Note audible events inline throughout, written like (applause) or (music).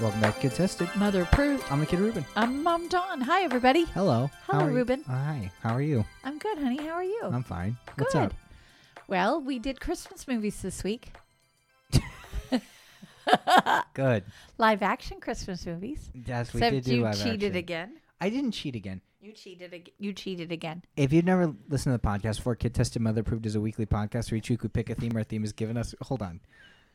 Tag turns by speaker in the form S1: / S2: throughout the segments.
S1: Welcome back, to Kids Tested.
S2: Mother approved.
S1: I'm the kid Ruben.
S2: I'm Mom Dawn. Hi, everybody.
S1: Hello.
S2: Hello,
S1: How are you? Oh,
S2: Reuben.
S1: Hi. How are you?
S2: I'm good, honey. How are you?
S1: I'm fine.
S2: good.
S1: What's up?
S2: Well, we did Christmas movies this week. Uh,
S1: Good.
S2: Live action Christmas movies.
S1: Yes, we
S2: Except
S1: did do
S2: you
S1: live
S2: cheated
S1: action.
S2: again.
S1: I didn't cheat again.
S2: You cheated. Ag- you cheated again. (laughs)
S1: If you've never listened to the podcast before, Kid Tested Mother Approved is a weekly podcast where each week we pick a theme or a theme is given us. Hold on.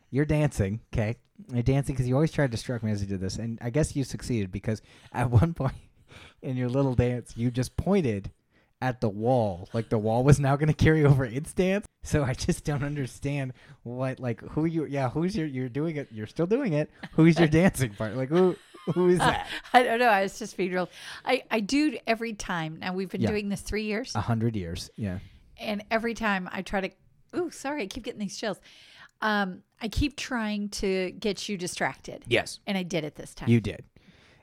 S1: You're dancing, okay? You're dancing because you always tried to distract me as you did this. And I guess you succeeded because at (laughs) one point in your little dance, you just pointed at the wall. Like the wall was now going to carry over its dance. So I just don't understand what, like, who you, yeah, who's your, you're doing it, you're still doing it. Who's your dancing part? Like, who, who is
S2: Uh.
S1: that?
S2: I don't know. I was just being real. I I do every time. Now we've been
S1: Yeah. Uh-huh.
S2: doing this three years,
S1: A hundred years. Yeah.
S2: and every time I try to. Ooh, sorry. I keep getting these chills. Um, I keep trying to get you distracted,
S1: Yes.
S2: and I did it this time.
S1: You did.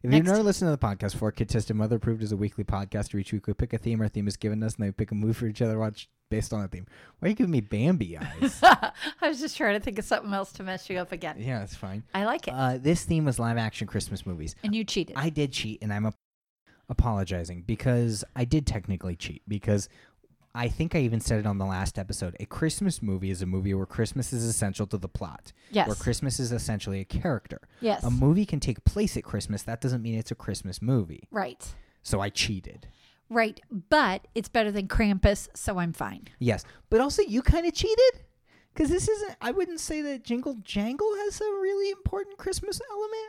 S1: If you've
S2: Next.
S1: never listened to the podcast before, Kid Tested Mother Approved is a weekly podcast where each week we pick a theme our theme is given us and they pick a movie for each other to watch based on that theme. Why are you giving me
S2: (laughs)
S1: Bambi eyes?
S2: (laughs) I was just trying to think of something else to mess you up again.
S1: yeah, that's fine.
S2: I like it,
S1: Uh, this theme was live action Christmas movies.
S2: and you cheated.
S1: I did cheat and I'm ap- apologizing because I did technically cheat because I think I even said it on the last episode. A Christmas movie is a movie where Christmas is essential to the plot,
S2: yes.
S1: where Christmas is essentially a character.
S2: yes.
S1: A movie can take place at Christmas. That doesn't mean it's a Christmas movie.
S2: Right.
S1: So I cheated.
S2: Right. But it's better than Krampus, so I'm fine.
S1: Yes, but also you kind of cheated because this isn't. I wouldn't say that Jingle Jangle has a really important Christmas element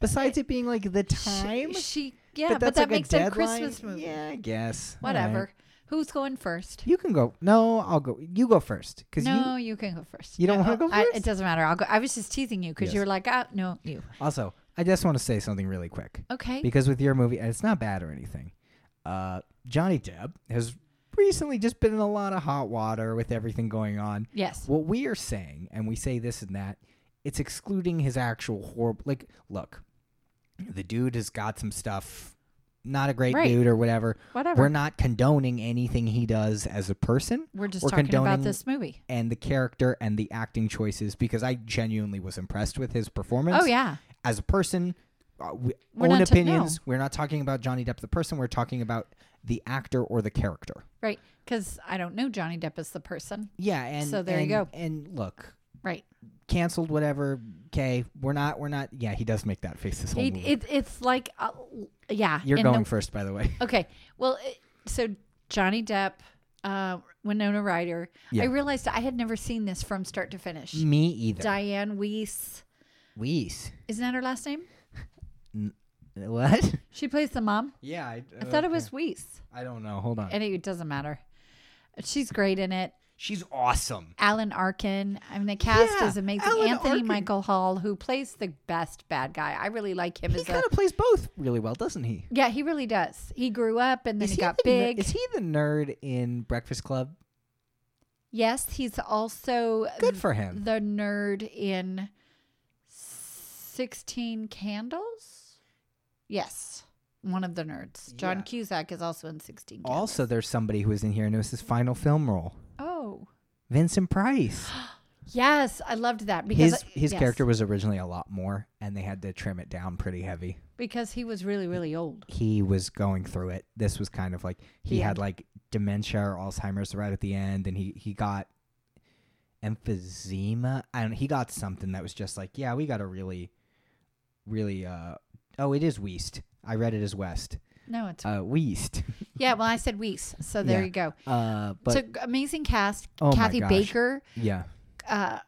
S1: besides it being like the time.
S2: She, she- yeah, but, that makes it a Christmas movie.
S1: Yeah, I guess. All
S2: Whatever.
S1: right.
S2: Who's going first?
S1: You can go. No, I'll go. You go first because
S2: no,
S1: you
S2: you, can go first.
S1: You don't
S2: No,
S1: wanna go
S2: I-
S1: first?
S2: it doesn't matter. I'll go. I was just teasing you because
S1: Yes.
S2: you were like, oh, no, you.
S1: also. I just want to say something really quick
S2: Okay.
S1: because with your movie, and it's not bad or anything. Uh, Johnny Depp has recently just been in a lot of hot water with everything going on.
S2: yes.
S1: what we are saying, and we say this and that, it's excluding his actual horrible. Like, look, the dude has got some stuff, not a great
S2: Right.
S1: dude or whatever.
S2: Whatever.
S1: We're not condoning anything he does as a person
S2: We're just
S1: we're
S2: talking
S1: condoning-
S2: about this movie.
S1: and the character and the acting choices because I genuinely was impressed with his performance
S2: Oh, yeah.
S1: as a person. Uh, we,
S2: We're
S1: own
S2: not ta-
S1: opinions.
S2: no.
S1: We're not talking about Johnny Depp the person. We're talking about the actor or the character.
S2: Right. Because I don't know Johnny Depp is the person.
S1: Yeah, and
S2: So there you
S1: and-
S2: go.
S1: And look,
S2: Right.
S1: canceled whatever okay we're not we're not yeah he does make that face this whole
S2: It,
S1: movie
S2: it, it's like, uh, yeah.
S1: you're
S2: in the-
S1: going first by the way
S2: Okay. Well, it, so Johnny Depp, uh, Winona Ryder.
S1: Yeah. Mm.
S2: I realized I had never seen this from start to finish.
S1: me either
S2: Diane Weiss.
S1: Weiss.
S2: Isn't that her last name?
S1: what
S2: She plays the mom.
S1: yeah I,
S2: I thought it was Weiss.
S1: i don't know hold on
S2: And it doesn't matter. She's great in it.
S1: she's awesome
S2: Alan Arkin. I mean, the cast
S1: Yeah,
S2: is amazing.
S1: Alan
S2: Anthony
S1: Arkin.
S2: Michael Hall, who plays the best bad guy. I really like him
S1: he
S2: as
S1: kind
S2: a.
S1: of plays both really well doesn't he
S2: Yeah, he really does. He grew up and then he got
S1: the ner-
S2: big.
S1: is he the nerd in breakfast club
S2: yes, he's also
S1: good for him
S2: the nerd in 16 candles yes one of the nerds john
S1: Yeah.
S2: cusack is also in 16 candles
S1: also there's somebody who was in here and it was his final film role
S2: oh
S1: vincent price
S2: yes i loved that because
S1: his his
S2: yes,
S1: character was originally a lot more and they had to trim it down pretty heavy
S2: because he was really really old
S1: he was going through it. This was kind of like he
S2: The
S1: had
S2: end.
S1: like dementia or Alzheimer's right at the end, and he he got emphysema. I don't. He got something that was just like, yeah, we got to really, really. uh Oh, it is Weast. I read it as West.
S2: no it's
S1: Uh,
S2: (laughs)
S1: Weast.
S2: yeah well i said weeks so there
S1: Yeah.
S2: you go
S1: Uh, but
S2: so g- amazing cast
S1: Oh my
S2: kathy
S1: gosh.
S2: baker
S1: yeah,
S2: uh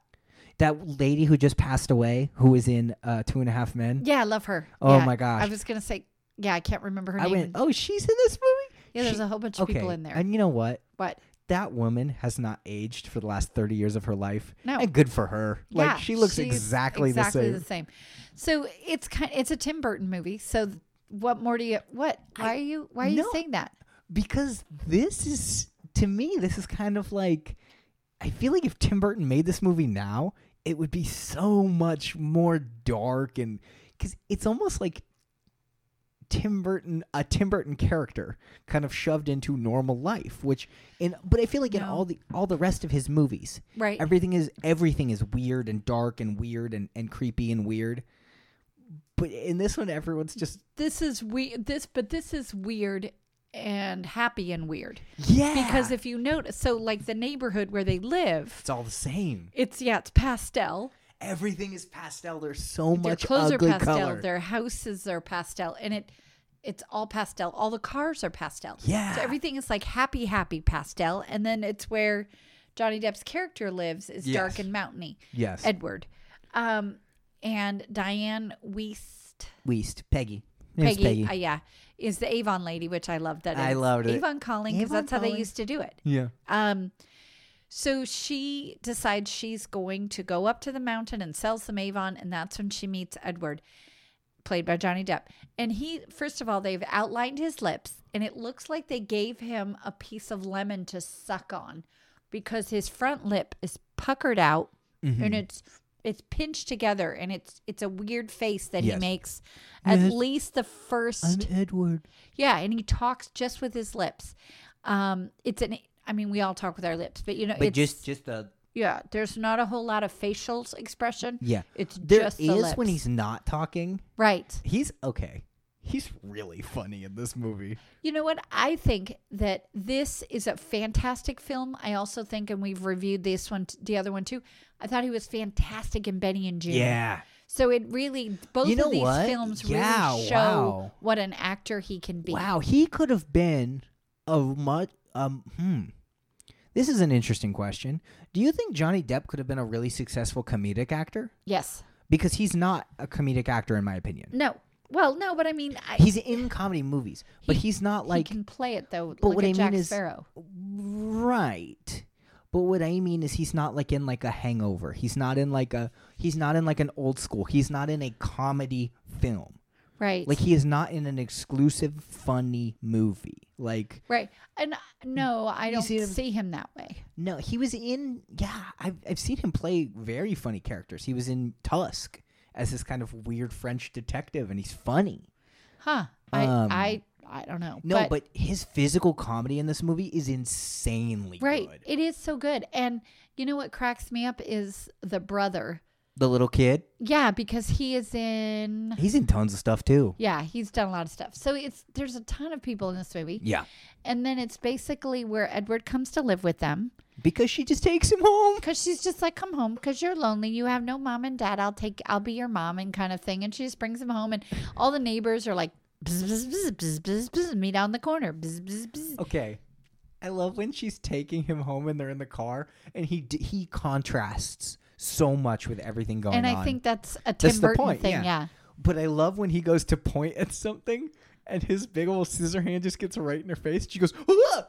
S1: that lady who just passed away, who was in uh, Two and a Half Men.
S2: yeah i love her
S1: Oh
S2: Yeah,
S1: my gosh.
S2: i was gonna say yeah i can't remember her
S1: I
S2: name
S1: went, oh, she's in this movie.
S2: yeah there's
S1: she-
S2: a whole bunch of
S1: Okay,
S2: people in there
S1: and you know what?
S2: but
S1: that woman has not aged for the last 30 years of her life.
S2: No.
S1: And Eh, good for her.
S2: Yeah,
S1: like she looks
S2: she's
S1: exactly,
S2: exactly
S1: the
S2: the
S1: same.
S2: same. So it's kind. It's a Tim Burton movie. So th- what more do you? What? Why are you? Why are
S1: No.
S2: you saying that?
S1: Because this is to me this is kind of like I feel like if Tim Burton made this movie now, it would be so much more dark and cuz it's almost like Tim Burton a Tim Burton character kind of shoved into normal life, which in but I feel like in
S2: No.
S1: all the all the rest of his movies,
S2: Right.
S1: everything is everything is weird and dark and weird and, and creepy and weird But in this one, everyone's just
S2: This is we this but this is weird and happy and weird.
S1: yeah,
S2: Because if you notice so like the neighborhood where they live,
S1: it's all the same.
S2: it's yeah, it's pastel.
S1: Everything is pastel. There's so
S2: Their
S1: much
S2: clothes are
S1: ugly
S2: pastel,
S1: color.
S2: their houses are pastel, and it it's all pastel. All the cars are pastel.
S1: Yeah.
S2: So everything is like happy, happy pastel. And then it's where Johnny Depp's character lives is dark
S1: Yes.
S2: and mountainy.
S1: yes,
S2: Edward. Um and Diane Weist
S1: Weast Peggy. Her name's
S2: Peggy, uh, yeah, is the Avon lady, which I love that.
S1: I
S2: it's
S1: loved it.
S2: Avon calling because
S1: Avon
S2: that's how they
S1: calling.
S2: used to do it.
S1: yeah,
S2: Um, so she decides she's going to go up to the mountain and sell some Avon, and that's when she meets Edward, played by Johnny Depp. And he, first of all, they've outlined his lips, and it looks like they gave him a piece of lemon to suck on because his front lip is puckered out
S1: Mm-hmm.
S2: and it's it's pinched together and it's it's a weird face that he
S1: Yes.
S2: makes at
S1: Yes.
S2: least the 1st
S1: Edward.
S2: yeah, and he talks just with his lips. Um, it's an. I mean, we all talk with our lips, but you know,
S1: But
S2: it's,
S1: just just the
S2: yeah. There's not a whole lot of facial expression.
S1: yeah.
S2: It's
S1: There is
S2: just the lips.
S1: when he's not talking.
S2: right.
S1: He's okay. He's really funny in this movie.
S2: You know what? I think that this is a fantastic film. I also think, and we've reviewed this one, t- the other one too. I thought he was fantastic in Benny and June.
S1: Yeah.
S2: So it really, both
S1: know
S2: of these
S1: what?
S2: films
S1: Yeah,
S2: really show
S1: wow.
S2: what an actor he can be.
S1: Wow, he could have been a much um hmm. This is an interesting question. Do you think Johnny Depp could have been a really successful comedic actor?
S2: Yes.
S1: Because he's not a comedic actor in my opinion.
S2: No. Well, no, but I mean, I,
S1: He's in comedy movies, but he's not like
S2: he can play it though.
S1: But
S2: Look
S1: what I
S2: at
S1: mean
S2: Jack
S1: is-
S2: Sparrow.
S1: right. But what I mean is he's not like in like a hangover. He's not in like a he's not in like an old school. He's not in a comedy film.
S2: Right.
S1: Like he is not in an exclusive funny movie. Like
S2: right. And uh, no, I don't
S1: see him-
S2: see him that way.
S1: No, he was in. Yeah, I've I've seen him play very funny characters. He was in Tusk as this kind of weird French detective, and he's funny.
S2: Huh. I
S1: Um,
S2: I I don't know.
S1: No, but, his physical comedy in this movie is insanely
S2: right.
S1: good.
S2: It is so good. And you know what cracks me up is the brother.
S1: The little kid,
S2: Yeah, because he is in
S1: he's in tons of stuff too.
S2: yeah, he's done a lot of stuff. So it's there's a ton of people in this movie.
S1: Yeah,
S2: And then it's basically where Edward comes to live with them
S1: because she just takes him home.
S2: cuz she's just like come home cuz you're lonely, you have no mom and dad. I'll take I'll be your mom and kind of thing and she just brings him home and all the neighbors are like bzz, bzz, bzz, bzz, bzz, bzz, me down the corner. Bzz, bzz, bzz.
S1: Okay, I love when she's taking him home and they're in the car, and he d- he contrasts so much with everything going
S2: and
S1: on.
S2: I think that's a Tim
S1: That's the
S2: Burton
S1: point,
S2: thing.
S1: yeah.
S2: Yeah.
S1: But I love when he goes to point at something and his big old scissor hand just gets right in her face. She goes,
S2: (laughs)
S1: "Ah!"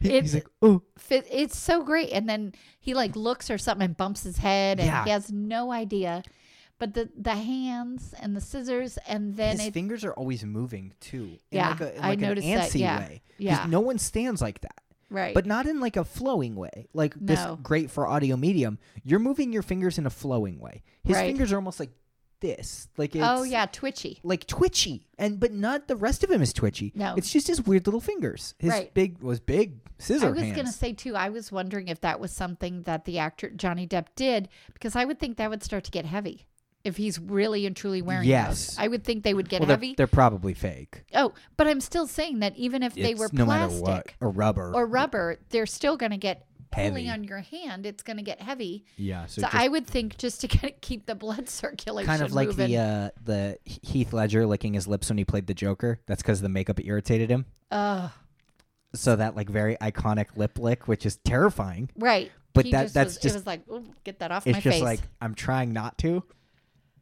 S1: He- (laughs)
S2: It-
S1: he's like, oh,
S2: Fi- It's so great. And then he like looks or something and bumps his head and
S1: Yeah.
S2: he has no idea. But the, the hands and the scissors and then
S1: his
S2: it,
S1: fingers are always moving too. In
S2: Yeah,
S1: like a, in
S2: I
S1: like
S2: noticed
S1: an
S2: that,
S1: antsy
S2: yeah,
S1: way. 'Cause
S2: yeah.
S1: no one stands like that,
S2: right.
S1: but not in like a flowing way. Like this
S2: No.
S1: great for audio medium. You're moving your fingers in a flowing way. His
S2: Right.
S1: fingers are almost like this, like it's
S2: oh yeah, twitchy.
S1: like twitchy, and but not the rest of him is twitchy.
S2: No.
S1: it's just his weird little fingers. His
S2: Right.
S1: big was big scissor
S2: I was
S1: hands.
S2: gonna say too. I was wondering if that was something that the actor Johnny Depp did because I would think that would start to get heavy if he's really and truly wearing. those.
S1: Yes.
S2: I would think they would get
S1: well,
S2: heavy.
S1: they're, they're probably fake.
S2: oh, but I'm still saying that even if they
S1: It's
S2: were
S1: no
S2: plastic,
S1: matter what or rubber
S2: or rubber, they're still going to get
S1: Heavy.
S2: pulling on your hand. It's going to get heavy.
S1: yeah so,
S2: So I would think just to (laughs) get, keep the blood circulation
S1: kind of like
S2: moving.
S1: the uh the heath ledger licking his lips when he played the joker that's because the makeup irritated him
S2: Ugh.
S1: so that like very iconic lip lick which is terrifying
S2: right.
S1: But
S2: He
S1: that-
S2: just
S1: that's
S2: was,
S1: just-
S2: it was like "Ooh, get that off
S1: it's
S2: my
S1: just
S2: face.
S1: like i'm trying not to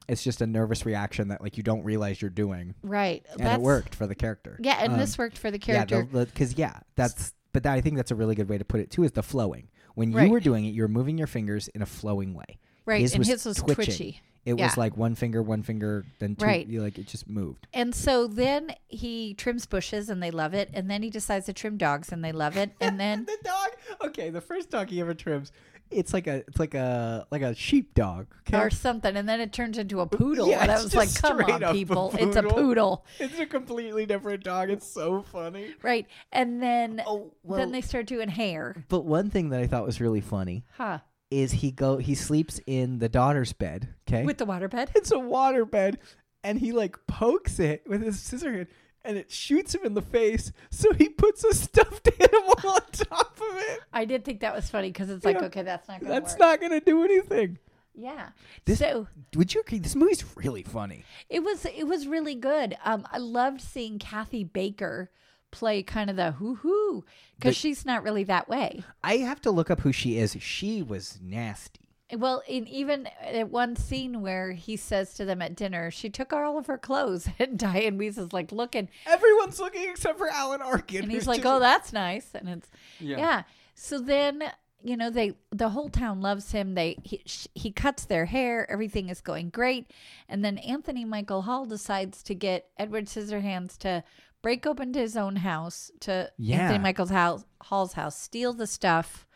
S1: it's just a nervous reaction that like you don't realize you're doing
S2: right.
S1: and it worked for the character
S2: Yeah, and
S1: Um,
S2: this worked for the character.
S1: yeah because yeah that's but that, i think that's a really good way to put it too is the flowing when you
S2: Right.
S1: were doing it you were moving your fingers in a flowing way
S2: right,
S1: his
S2: and
S1: was
S2: his was
S1: twitching.
S2: twitchy.
S1: it
S2: Yeah.
S1: was like one finger one finger then two
S2: Right.
S1: you like it just moved
S2: And so then he trims bushes and they love it. And then he decides to trim dogs and they love it. And
S1: (laughs)
S2: then
S1: the dog okay the first dog he ever trims it's like a it's like a like a sheep dog okay?
S2: or something. And then it turns into a poodle.
S1: Yeah,
S2: and I
S1: it's
S2: was like,
S1: just
S2: come
S1: straight up a
S2: on, people. It's a
S1: poodle.
S2: poodle.
S1: it's a completely different dog it's so funny
S2: Right. And then
S1: oh well
S2: then they start doing hair.
S1: but one thing that i thought was really funny
S2: Huh.
S1: is he go he sleeps in the daughter's bed. Okay,
S2: with the waterbed.
S1: (laughs) it's a water bed, and he like pokes it with his scissor hand, and it shoots him in the face. So he puts a stuffed (laughs) animal on top of it.
S2: I did think that was funny because it's like,
S1: Yeah.
S2: okay, that's not gonna
S1: That's
S2: work.
S1: not gonna do anything.
S2: yeah.
S1: This-
S2: so
S1: Would you agree? This movie's really funny.
S2: it was it was really good. Um, I loved seeing Kathy Baker play kind of the hoo hoo
S1: The-
S2: because she's not really that way.
S1: I have to look up who she is. She was nasty.
S2: Well, in even at one scene where he says to them at dinner, she took all of her clothes, (laughs) and Diane Weiss is like looking,
S1: Everyone's looking except for Alan Arkin.
S2: and
S1: who's
S2: he's like,
S1: just-
S2: "Oh, that's nice," and it's
S1: Yeah.
S2: yeah. So then you know they the whole town loves him. They he, sh- he cuts their hair, everything is going great, and then Anthony Michael Hall decides to get Edward Scissorhands to break open to his own house to
S1: Yeah.
S2: Anthony Michael's house Hall's house, steal the stuff,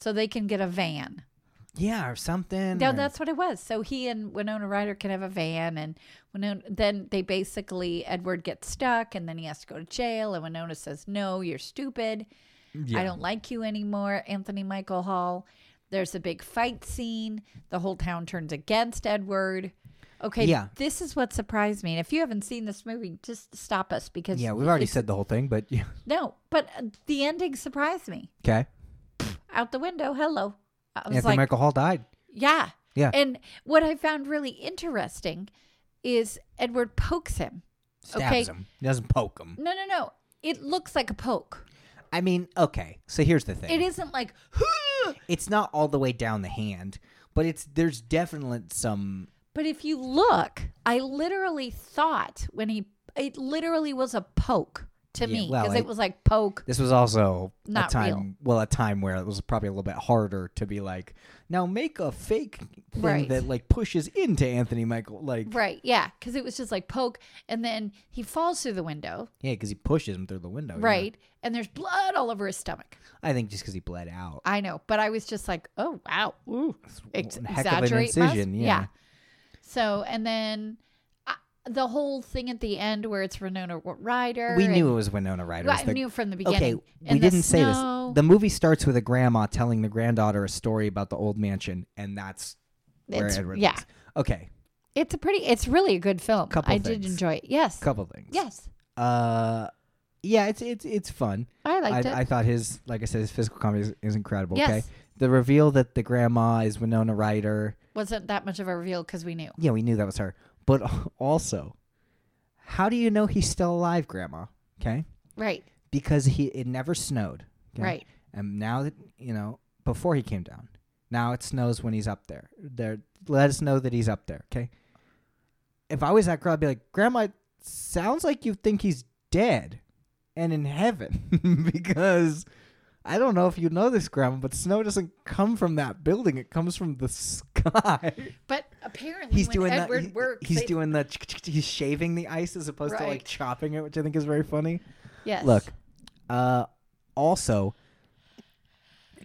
S2: so they can get a van.
S1: yeah, or something.
S2: No,
S1: or-
S2: that's what it was. So he and Winona Ryder can have a van, and Winona. Then they basically Edward gets stuck, and then he has to go to jail. And Winona says, "No, you're stupid. I
S1: Yeah.
S2: don't like you anymore." Anthony Michael Hall. There's a big fight scene. The whole town turns against Edward. Okay,
S1: Yeah.
S2: this is what surprised me. And if you haven't seen this movie, just stop us because
S1: Yeah, we've already said the whole thing, but (laughs) yeah.
S2: no. But uh, the ending surprised me.
S1: Okay.
S2: Out the window, hello. I was
S1: Anthony
S2: like,
S1: Michael Hall died.
S2: Yeah.
S1: Yeah.
S2: And what I found really interesting is Edward pokes him.
S1: Stabs
S2: okay.
S1: him. He doesn't poke him.
S2: No, no, no. It looks like a poke.
S1: I mean, okay. So here's the thing.
S2: It isn't like "Huh!"
S1: It's not all the way down the hand, but it's there's definitely some
S2: But if you look, I literally thought when he it literally was a poke to
S1: Yeah,
S2: me
S1: well,
S2: because
S1: it-
S2: it was like poke.
S1: this was also
S2: Not
S1: a time
S2: real.
S1: well, a time where it was probably a little bit harder to be like, now make a fake thing
S2: Right.
S1: that like pushes into Anthony Michael like Yeah, 'cause
S2: Right. Yeah, cuz it was just like poke and then he falls through the window,
S1: Yeah, because he pushes him through the window. Oh, yeah.
S2: right? And there's blood all over his stomach.
S1: I think just because he bled out.
S2: I know, but I was just like, "Oh, wow." Ooh. ex-
S1: One heck of an
S2: exaggerate must-
S1: incision, yeah.
S2: So and then uh, the whole thing at the end where it's Renona Ryder.
S1: We knew
S2: and-
S1: it was Winona Ryder. It was
S2: I
S1: the-
S2: knew from the
S1: okay,
S2: beginning.
S1: we
S2: And the
S1: didn't say this.
S2: snow,
S1: The movie starts with a grandma telling the granddaughter a story about the old mansion, and that's where
S2: it's-
S1: Edward
S2: yeah,
S1: lives. Okay,
S2: it's a pretty. It's really a good film.
S1: Couple
S2: I did
S1: things.
S2: enjoy it. Yes.
S1: couple things.
S2: Yes.
S1: Uh, yeah, it's it's it's fun.
S2: I
S1: I,
S2: liked it.
S1: I thought his like I said his physical comedy is, is incredible. Okay,
S2: Yes.
S1: the reveal that the grandma is Winona Ryder.
S2: Wasn't that much of a reveal because we knew.
S1: Yeah, we knew that was her. But (laughs) also, how do you know he's still alive, Grandma? Okay,
S2: Right.
S1: because he it never snowed. 'kay?
S2: Right.
S1: And now that you know, before he came down, now it snows when he's up there. There, let us know that he's up there. Okay. If I was that girl, I'd be like, Grandma, it sounds like you think he's dead and in heaven (laughs) because I don't know if you know this, Grandma, but snow doesn't come from that building. It comes from the (laughs) sky.
S2: But apparently,
S1: he's
S2: when
S1: doing
S2: Edward
S1: that. he-
S2: works.
S1: he's
S2: they-
S1: doing the. He's shaving the ice as opposed to like
S2: Right.
S1: chopping it, which I think is very funny.
S2: Yes.
S1: Look, uh, also,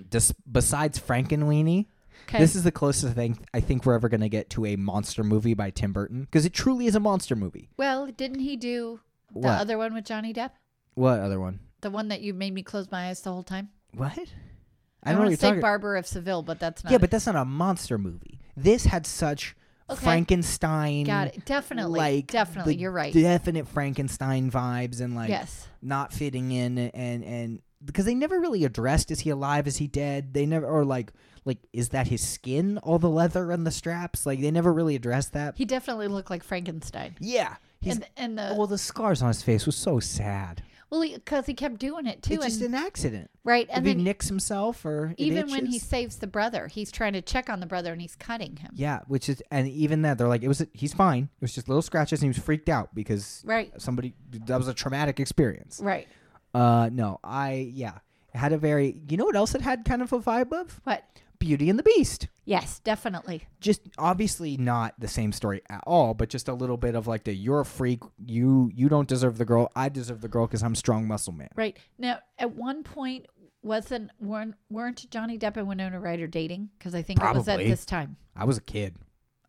S1: dis- besides Frankenweenie,
S2: Okay.
S1: this is the closest thing I think we're ever going to get to a monster movie by Tim Burton because it truly is a monster movie.
S2: well, didn't he do the
S1: What?
S2: other one with Johnny Depp?
S1: What other one?
S2: The one that you made me close my eyes the whole time.
S1: What? I don't know
S2: want
S1: what
S2: to
S1: you're
S2: say
S1: talking.
S2: Barbara of Seville, but that's not.
S1: yeah,
S2: it.
S1: but that's not a monster movie. This had such
S2: Okay.
S1: Frankenstein.
S2: got it. Definitely.
S1: Like
S2: definitely.
S1: the
S2: You're right.
S1: Definite Frankenstein vibes and like
S2: yes.
S1: not fitting in and and because they never really addressed is he alive is he dead they never or like like is that his skin all the leather and the straps like they never really addressed that
S2: He definitely looked like Frankenstein.
S1: yeah he's
S2: And, uh, and the
S1: oh the scars on his face was so sad
S2: well, because he, kept doing it too,
S1: it's just
S2: and
S1: an accident
S2: right,
S1: and
S2: and
S1: if he
S2: then
S1: nicks himself or it
S2: even when he
S1: itches-
S2: saves the brother, he's trying to check on the brother, and he's cutting him.
S1: yeah which is and even that they're like it was he's fine it was just little scratches and he was freaked out because
S2: Right.
S1: somebody that was a traumatic experience
S2: Right.
S1: uh no i yeah it had a very you know what else it had kind of a vibe of
S2: But
S1: beauty and the beast
S2: yes, definitely.
S1: just obviously not the same story at all, but just a little bit of like the you're a freak, you you don't deserve the girl, I deserve the girl because I'm strong muscle man.
S2: Right. Now, at one point, wasn't weren't, weren't Johnny Depp and Winona Ryder dating? Because I think it was at
S1: Probably.
S2: this time.
S1: I was a kid.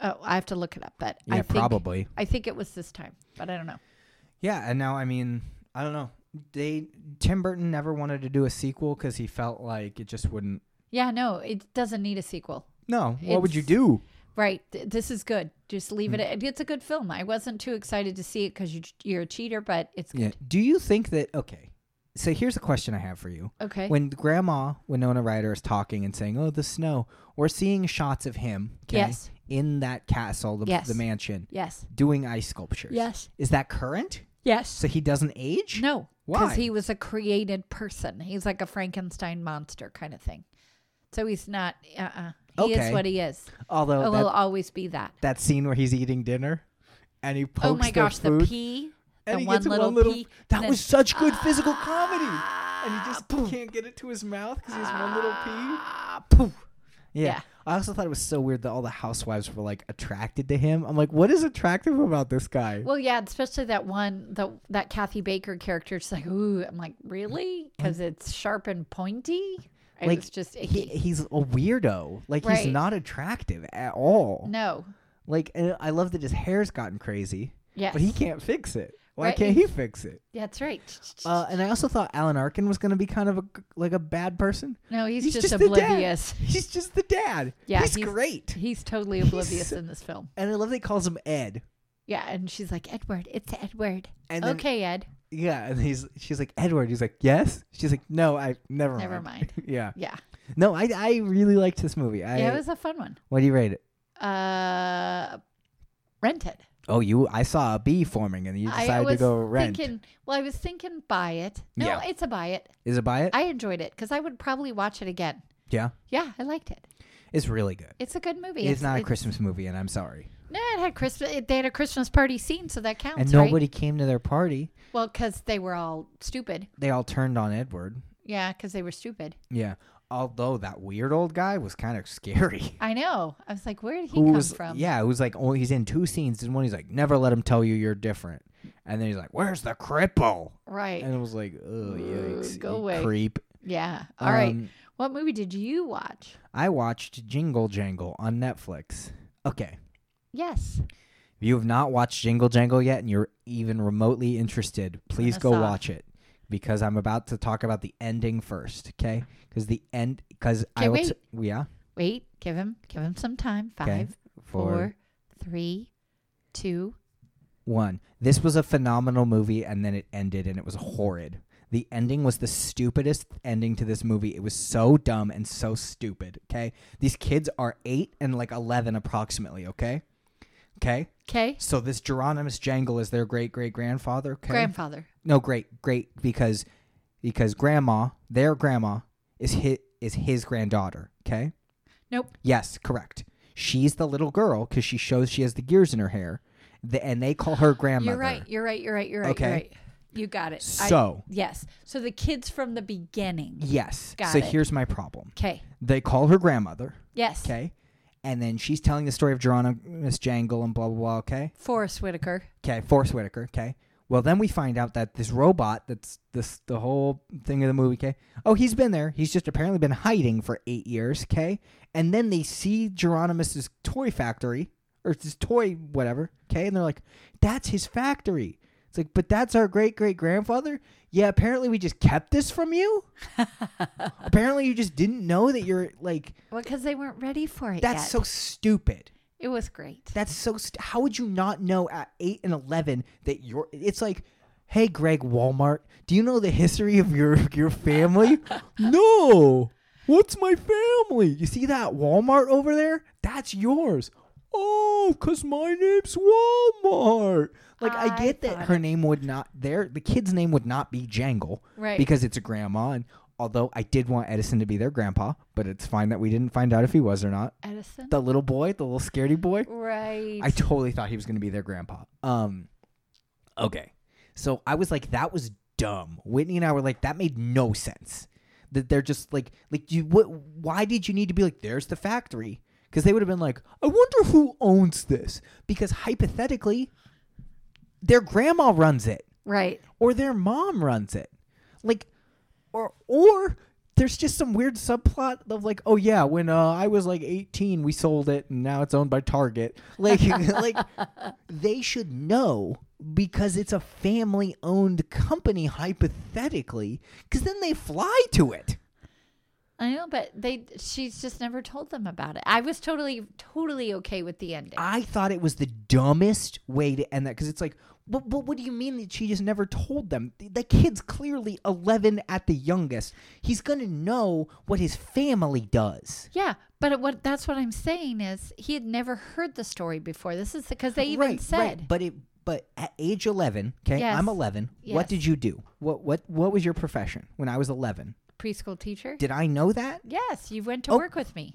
S2: Oh, I have to look it up, but
S1: Yeah,
S2: I think,
S1: probably.
S2: I think it was this time, but I don't know.
S1: Yeah, and now I mean I don't know. They Tim Burton never wanted to do a sequel because he felt like it just wouldn't
S2: Yeah, no, it doesn't need a sequel.
S1: No. What would you
S2: It's-
S1: do?
S2: Right. Th- This is good. Just leave
S1: Hmm.
S2: it. at- It's a good film. I wasn't too excited to see it because you, you're a cheater, but it's
S1: Yeah.
S2: good.
S1: Do you think that okay? So here's a question I have for you.
S2: Okay.
S1: When Grandma Winona Ryder is talking and saying, "Oh, the snow," we're seeing shots of him. 'kay,
S2: Yes.
S1: In that castle, the,
S2: Yes.
S1: the mansion,
S2: yes.
S1: doing ice sculptures.
S2: Yes.
S1: Is that current?
S2: Yes.
S1: So he doesn't age?
S2: No.
S1: Why?
S2: Because he was a created person. He's like a Frankenstein monster kind of thing. So he's not, uh uh He
S1: Okay.
S2: is what he is.
S1: Although
S2: Oh,
S1: that,
S2: he'll always be that.
S1: that scene where he's eating dinner and he pokes
S2: Oh my
S1: the
S2: gosh,
S1: food
S2: the pea.
S1: and
S2: the
S1: he
S2: one
S1: gets a
S2: little,
S1: one little
S2: pea.
S1: that
S2: and then- Ah,
S1: was such good physical comedy. And he just can't get it to his mouth because he has one little pea.
S2: Ah, poof.
S1: Yeah.
S2: Yeah.
S1: I also thought it was so weird that all the housewives were like attracted to him. I'm like, what is attractive about this guy?
S2: Well, yeah, especially that one, the that Kathy Baker character. It's like, ooh, I'm like, really? Because it's sharp and pointy. It
S1: Mm-hmm. Like,
S2: was just
S1: He,
S2: icky.
S1: he's a weirdo. Like
S2: Right.
S1: he's not attractive at all.
S2: no,
S1: Like and I love that his hair's gotten crazy,
S2: yes,
S1: but he can't fix it. Why
S2: Right.
S1: can't he fix it?
S2: that's right.
S1: Uh, and I also thought Alan Arkin was going to be kind of a, like a bad person. (laughs)
S2: no, he's,
S1: he's
S2: just,
S1: just the dad.
S2: oblivious.
S1: He's just the dad.
S2: Yeah,
S1: he's,
S2: he's-
S1: great.
S2: He's totally
S1: He's
S2: oblivious
S1: so-
S2: in this film.
S1: And I love that he calls him Ed.
S2: Yeah, and she's like, Edward, it's Edward.
S1: And then,
S2: Okay, Ed.
S1: yeah, and he's she's like Edward. He's like yes. She's like no, I never mind.
S2: Never mind.
S1: (laughs) yeah,
S2: Yeah,
S1: no, I I really liked this movie. I,
S2: yeah, it was a fun one.
S1: what do you rate it?
S2: Uh, rented.
S1: Oh, you I saw a bee forming and you
S2: I
S1: decided
S2: was
S1: to go rent.
S2: thinking. Well, I was thinking buy it. No,
S1: Yeah.
S2: it's a buy it.
S1: Is it buy it?
S2: I enjoyed it because I would probably watch it again.
S1: yeah,
S2: Yeah, I liked it.
S1: it's really good.
S2: It's a good movie.
S1: It's, not a Christmas movie, and I'm sorry.
S2: No, it had Christmas. It, they had a Christmas party scene, so that counts,
S1: And
S2: right?
S1: nobody came to their party.
S2: Well, because they were all stupid.
S1: They all turned on Edward.
S2: Yeah, because they were stupid.
S1: Yeah, although that weird old guy was kind of scary.
S2: I know. I was like, where did he
S1: (laughs) who
S2: come
S1: was
S2: from?
S1: yeah, who's like only he's in two scenes and one he's like never let him tell you you're different, and then he's like where's the cripple,
S2: Right.
S1: and it was like oh yikes,
S2: go
S1: you
S2: away.
S1: creep.
S2: yeah. All right.
S1: Um,
S2: What movie did you watch?
S1: I watched Jingle Jangle on Netflix. Okay,
S2: Yes.
S1: if you have not watched Jingle Jangle yet and you're even remotely interested, please
S2: us
S1: go
S2: off.
S1: watch it because I'm about to talk about the ending first. Okay, because the end because I
S2: Okay,
S1: will
S2: wait.
S1: t- yeah
S2: Wait. Give him. Give him some time.
S1: okay
S2: Five, four, three, two.
S1: One, this was a phenomenal movie, and then it ended, and it was horrid. The ending was the stupidest ending to this movie. It was so dumb and so stupid. Okay, these kids are eight and like eleven approximately. Okay, okay.
S2: Okay.
S1: So this Geronimus Jangle is their great great grandfather. Okay,
S2: Grandfather.
S1: no, great great because because grandma, their grandma, is his, is his granddaughter. Okay.
S2: Nope.
S1: Yes, correct. She's the little girl because she shows she has the gears in her hair, th- and they call her grandmother.
S2: You're right. You're right. You're right. You're right.
S1: Okay.
S2: You're right. You got it. I-
S1: So
S2: yes. So the kids from the beginning.
S1: yes.
S2: Got
S1: so
S2: it.
S1: here's my problem.
S2: Okay.
S1: They call her grandmother.
S2: Yes.
S1: Okay. And then she's telling the story of Geronimus Jangle and blah blah blah. Okay.
S2: Forrest Whitaker.
S1: Okay. Forrest Whitaker. Okay. Well, then we find out that this robot that's this the whole thing of the movie. Okay. Oh, he's been there. He's just apparently been hiding for eight years. Okay. And then they see Geronimus's toy factory or his toy whatever. Okay. And they're like, that's his factory. It's like, but that's our great great grandfather. Yeah. Apparently, we just kept this from you. apparently, you just didn't know that you're like.
S2: Well, because they weren't ready for it
S1: That's
S2: yet.
S1: so stupid.
S2: It was great.
S1: That's so. St- how would you not know at eight and eleven that you're? It's like, hey, Greg Walmart, do you know the history of your your
S2: (laughs)
S1: family? no. What's my family? You see that Walmart over there? That's yours. Oh, cause my name's Walmart. Like I,
S2: I
S1: get that
S2: thought
S1: her name would not there the kid's name would not be Jangle
S2: Right.
S1: because it's a grandma and although I did want Edison to be their grandpa, but it's fine that we didn't find out if he was or not.
S2: Edison.
S1: The little boy, the little scaredy boy.
S2: right.
S1: I totally thought he was going to be their grandpa. Um, okay. So I was like, that was dumb. Whitney and I were like, that made no sense. That they're just like, like you, what? Why did you need to be like, there's the factory? Because they would have been like, I wonder who owns this. Because hypothetically, their grandma runs it
S2: right.
S1: or their mom runs it. Like or or there's just some weird subplot of like, oh yeah, when uh, I was like 18, we sold it and now it's owned by Target. (laughs) Like like they should know because it's a family-owned company hypothetically cuz then they fly to it.
S2: I know, but they she's just never told them about it. I was totally totally okay with the ending.
S1: I thought it was the dumbest way to end that because it's like, but, but what do you mean that she just never told them? The, the kid's clearly 11 at the youngest. He's going to know what his family does.
S2: yeah, but it, what that's what I'm saying is he had never heard the story before. This is because they even said
S1: But it but at age 11, okay?
S2: Yes.
S1: I'm 11.
S2: Yes.
S1: What did you do? What what what was your profession when I was 11?
S2: preschool teacher.
S1: Did I know that?
S2: yes, you went to
S1: Oh.
S2: work with me.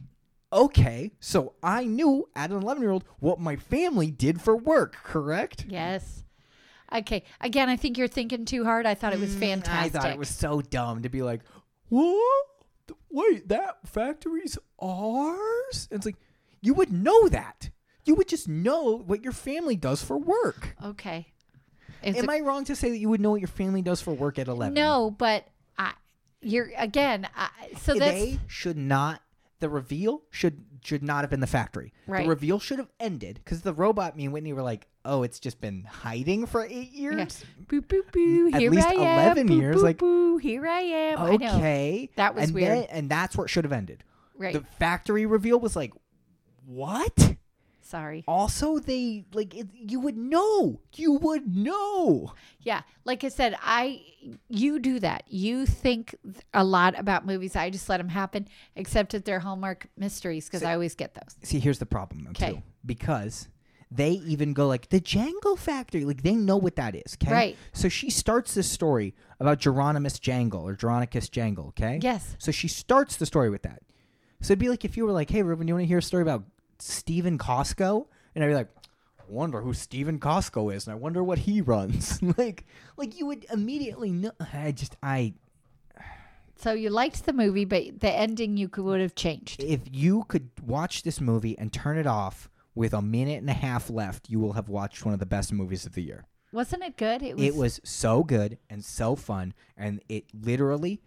S1: Okay. So I knew at an 11-year-old what my family did for work, correct?
S2: Yes. Okay. Again, I think you're thinking too hard. I thought it was fantastic.
S1: Mm, I thought it was so dumb to be like, what? Th- Wait, that factory's ours? And it's like, you would know that. You would just know what your family does for work.
S2: okay. It's
S1: Am I wrong to say that you would know what your family does for work at 11?
S2: no, but I, you're again. I, so that's
S1: They should not. The reveal should should not have been the factory.
S2: Right.
S1: The reveal should have ended because the robot, me and Whitney were like, "Oh, it's just been hiding for eight
S2: yeah.
S1: years."
S2: boo boo boo.
S1: At
S2: here
S1: least
S2: I am.
S1: 11
S2: boo,
S1: years,
S2: Boo,
S1: like-
S2: boo. Here I am. I know.
S1: Okay,
S2: That was
S1: and
S2: weird.
S1: then- and that's where it should have ended.
S2: Right.
S1: the factory reveal was like what
S2: Sorry.
S1: also they like it, you would know you would know
S2: Yeah, like I said, I you do that. You think th- a lot about movies. I just let them happen, except at their Hallmark mysteries because I always get those.
S1: see here's the problem though too
S2: 'Kay.
S1: because they even go like the Django factory like they know what that is okay
S2: Right.
S1: so she starts this story about Geronimus Jangle or Geronicus Jangle okay
S2: Yes.
S1: so she starts the story with that so it'd be like if you were like hey Ruben you want to hear a story about Stephen Costco and I'd be like wonder who Stephen Costco is and I wonder what he runs (laughs) like like you would immediately know I just I
S2: So you liked the movie, but the ending you could would have changed.
S1: if you could watch this movie and turn it off with a minute and a half left, you will have watched one of the best movies of the year.
S2: Wasn't it good? It was.
S1: It was so good and so fun, and it literally,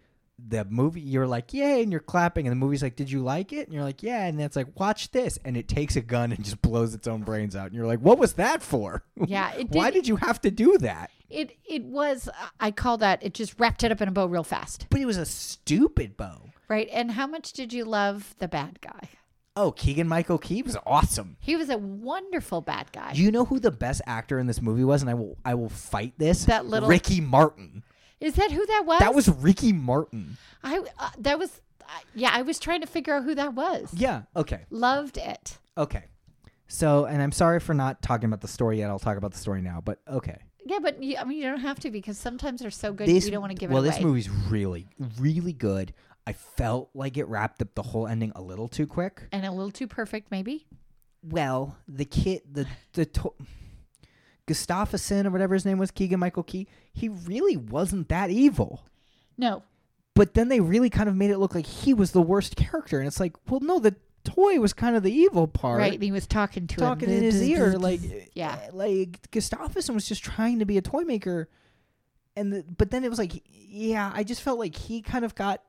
S1: the movie you're like yay, and you're clapping, and the movie's like, did you like it? And you're like, yeah, and it's like, watch this, and it takes a gun and just blows its own brains out, and you're like, what was that for? (laughs)
S2: Yeah, it
S1: Why
S2: did-
S1: did you have to do that?
S2: It it was. I call that. It just wrapped it up in a bow real fast,
S1: But it was a stupid bow.
S2: right? And how much did you love the bad guy?
S1: Oh, Keegan Michael Key was awesome.
S2: He was a wonderful bad guy.
S1: You know who the best actor in this movie was, and I will I will fight this.
S2: That little-
S1: Ricky Martin.
S2: Is that who that was?
S1: That was Ricky Martin.
S2: I. Uh, that was. Uh, yeah, I was trying to figure out who that was.
S1: Yeah. Okay.
S2: Loved it.
S1: Okay. So, and I'm sorry for not talking about the story yet. I'll talk about the story now. But okay,
S2: Yeah, but you, I mean, you don't have to because sometimes they're so good you don't want to give
S1: well,
S2: it away.
S1: this movie's really, really good. I felt like it wrapped up the whole ending a little too quick.
S2: and a little too perfect, maybe.
S1: Well, the kid, the the to- Gustafsson or whatever his name was, Keegan Michael Key, he really wasn't that evil.
S2: No,
S1: but then they really kind of made it look like he was the worst character and it's like well no the toy was kind of the evil part
S2: right? And he was talking to
S1: talking
S2: him.
S1: in his ear like uh, eh,
S2: Yeah.
S1: like gustafsson was just trying to be a toy maker and the, but then it was like yeah i just felt like he kind of got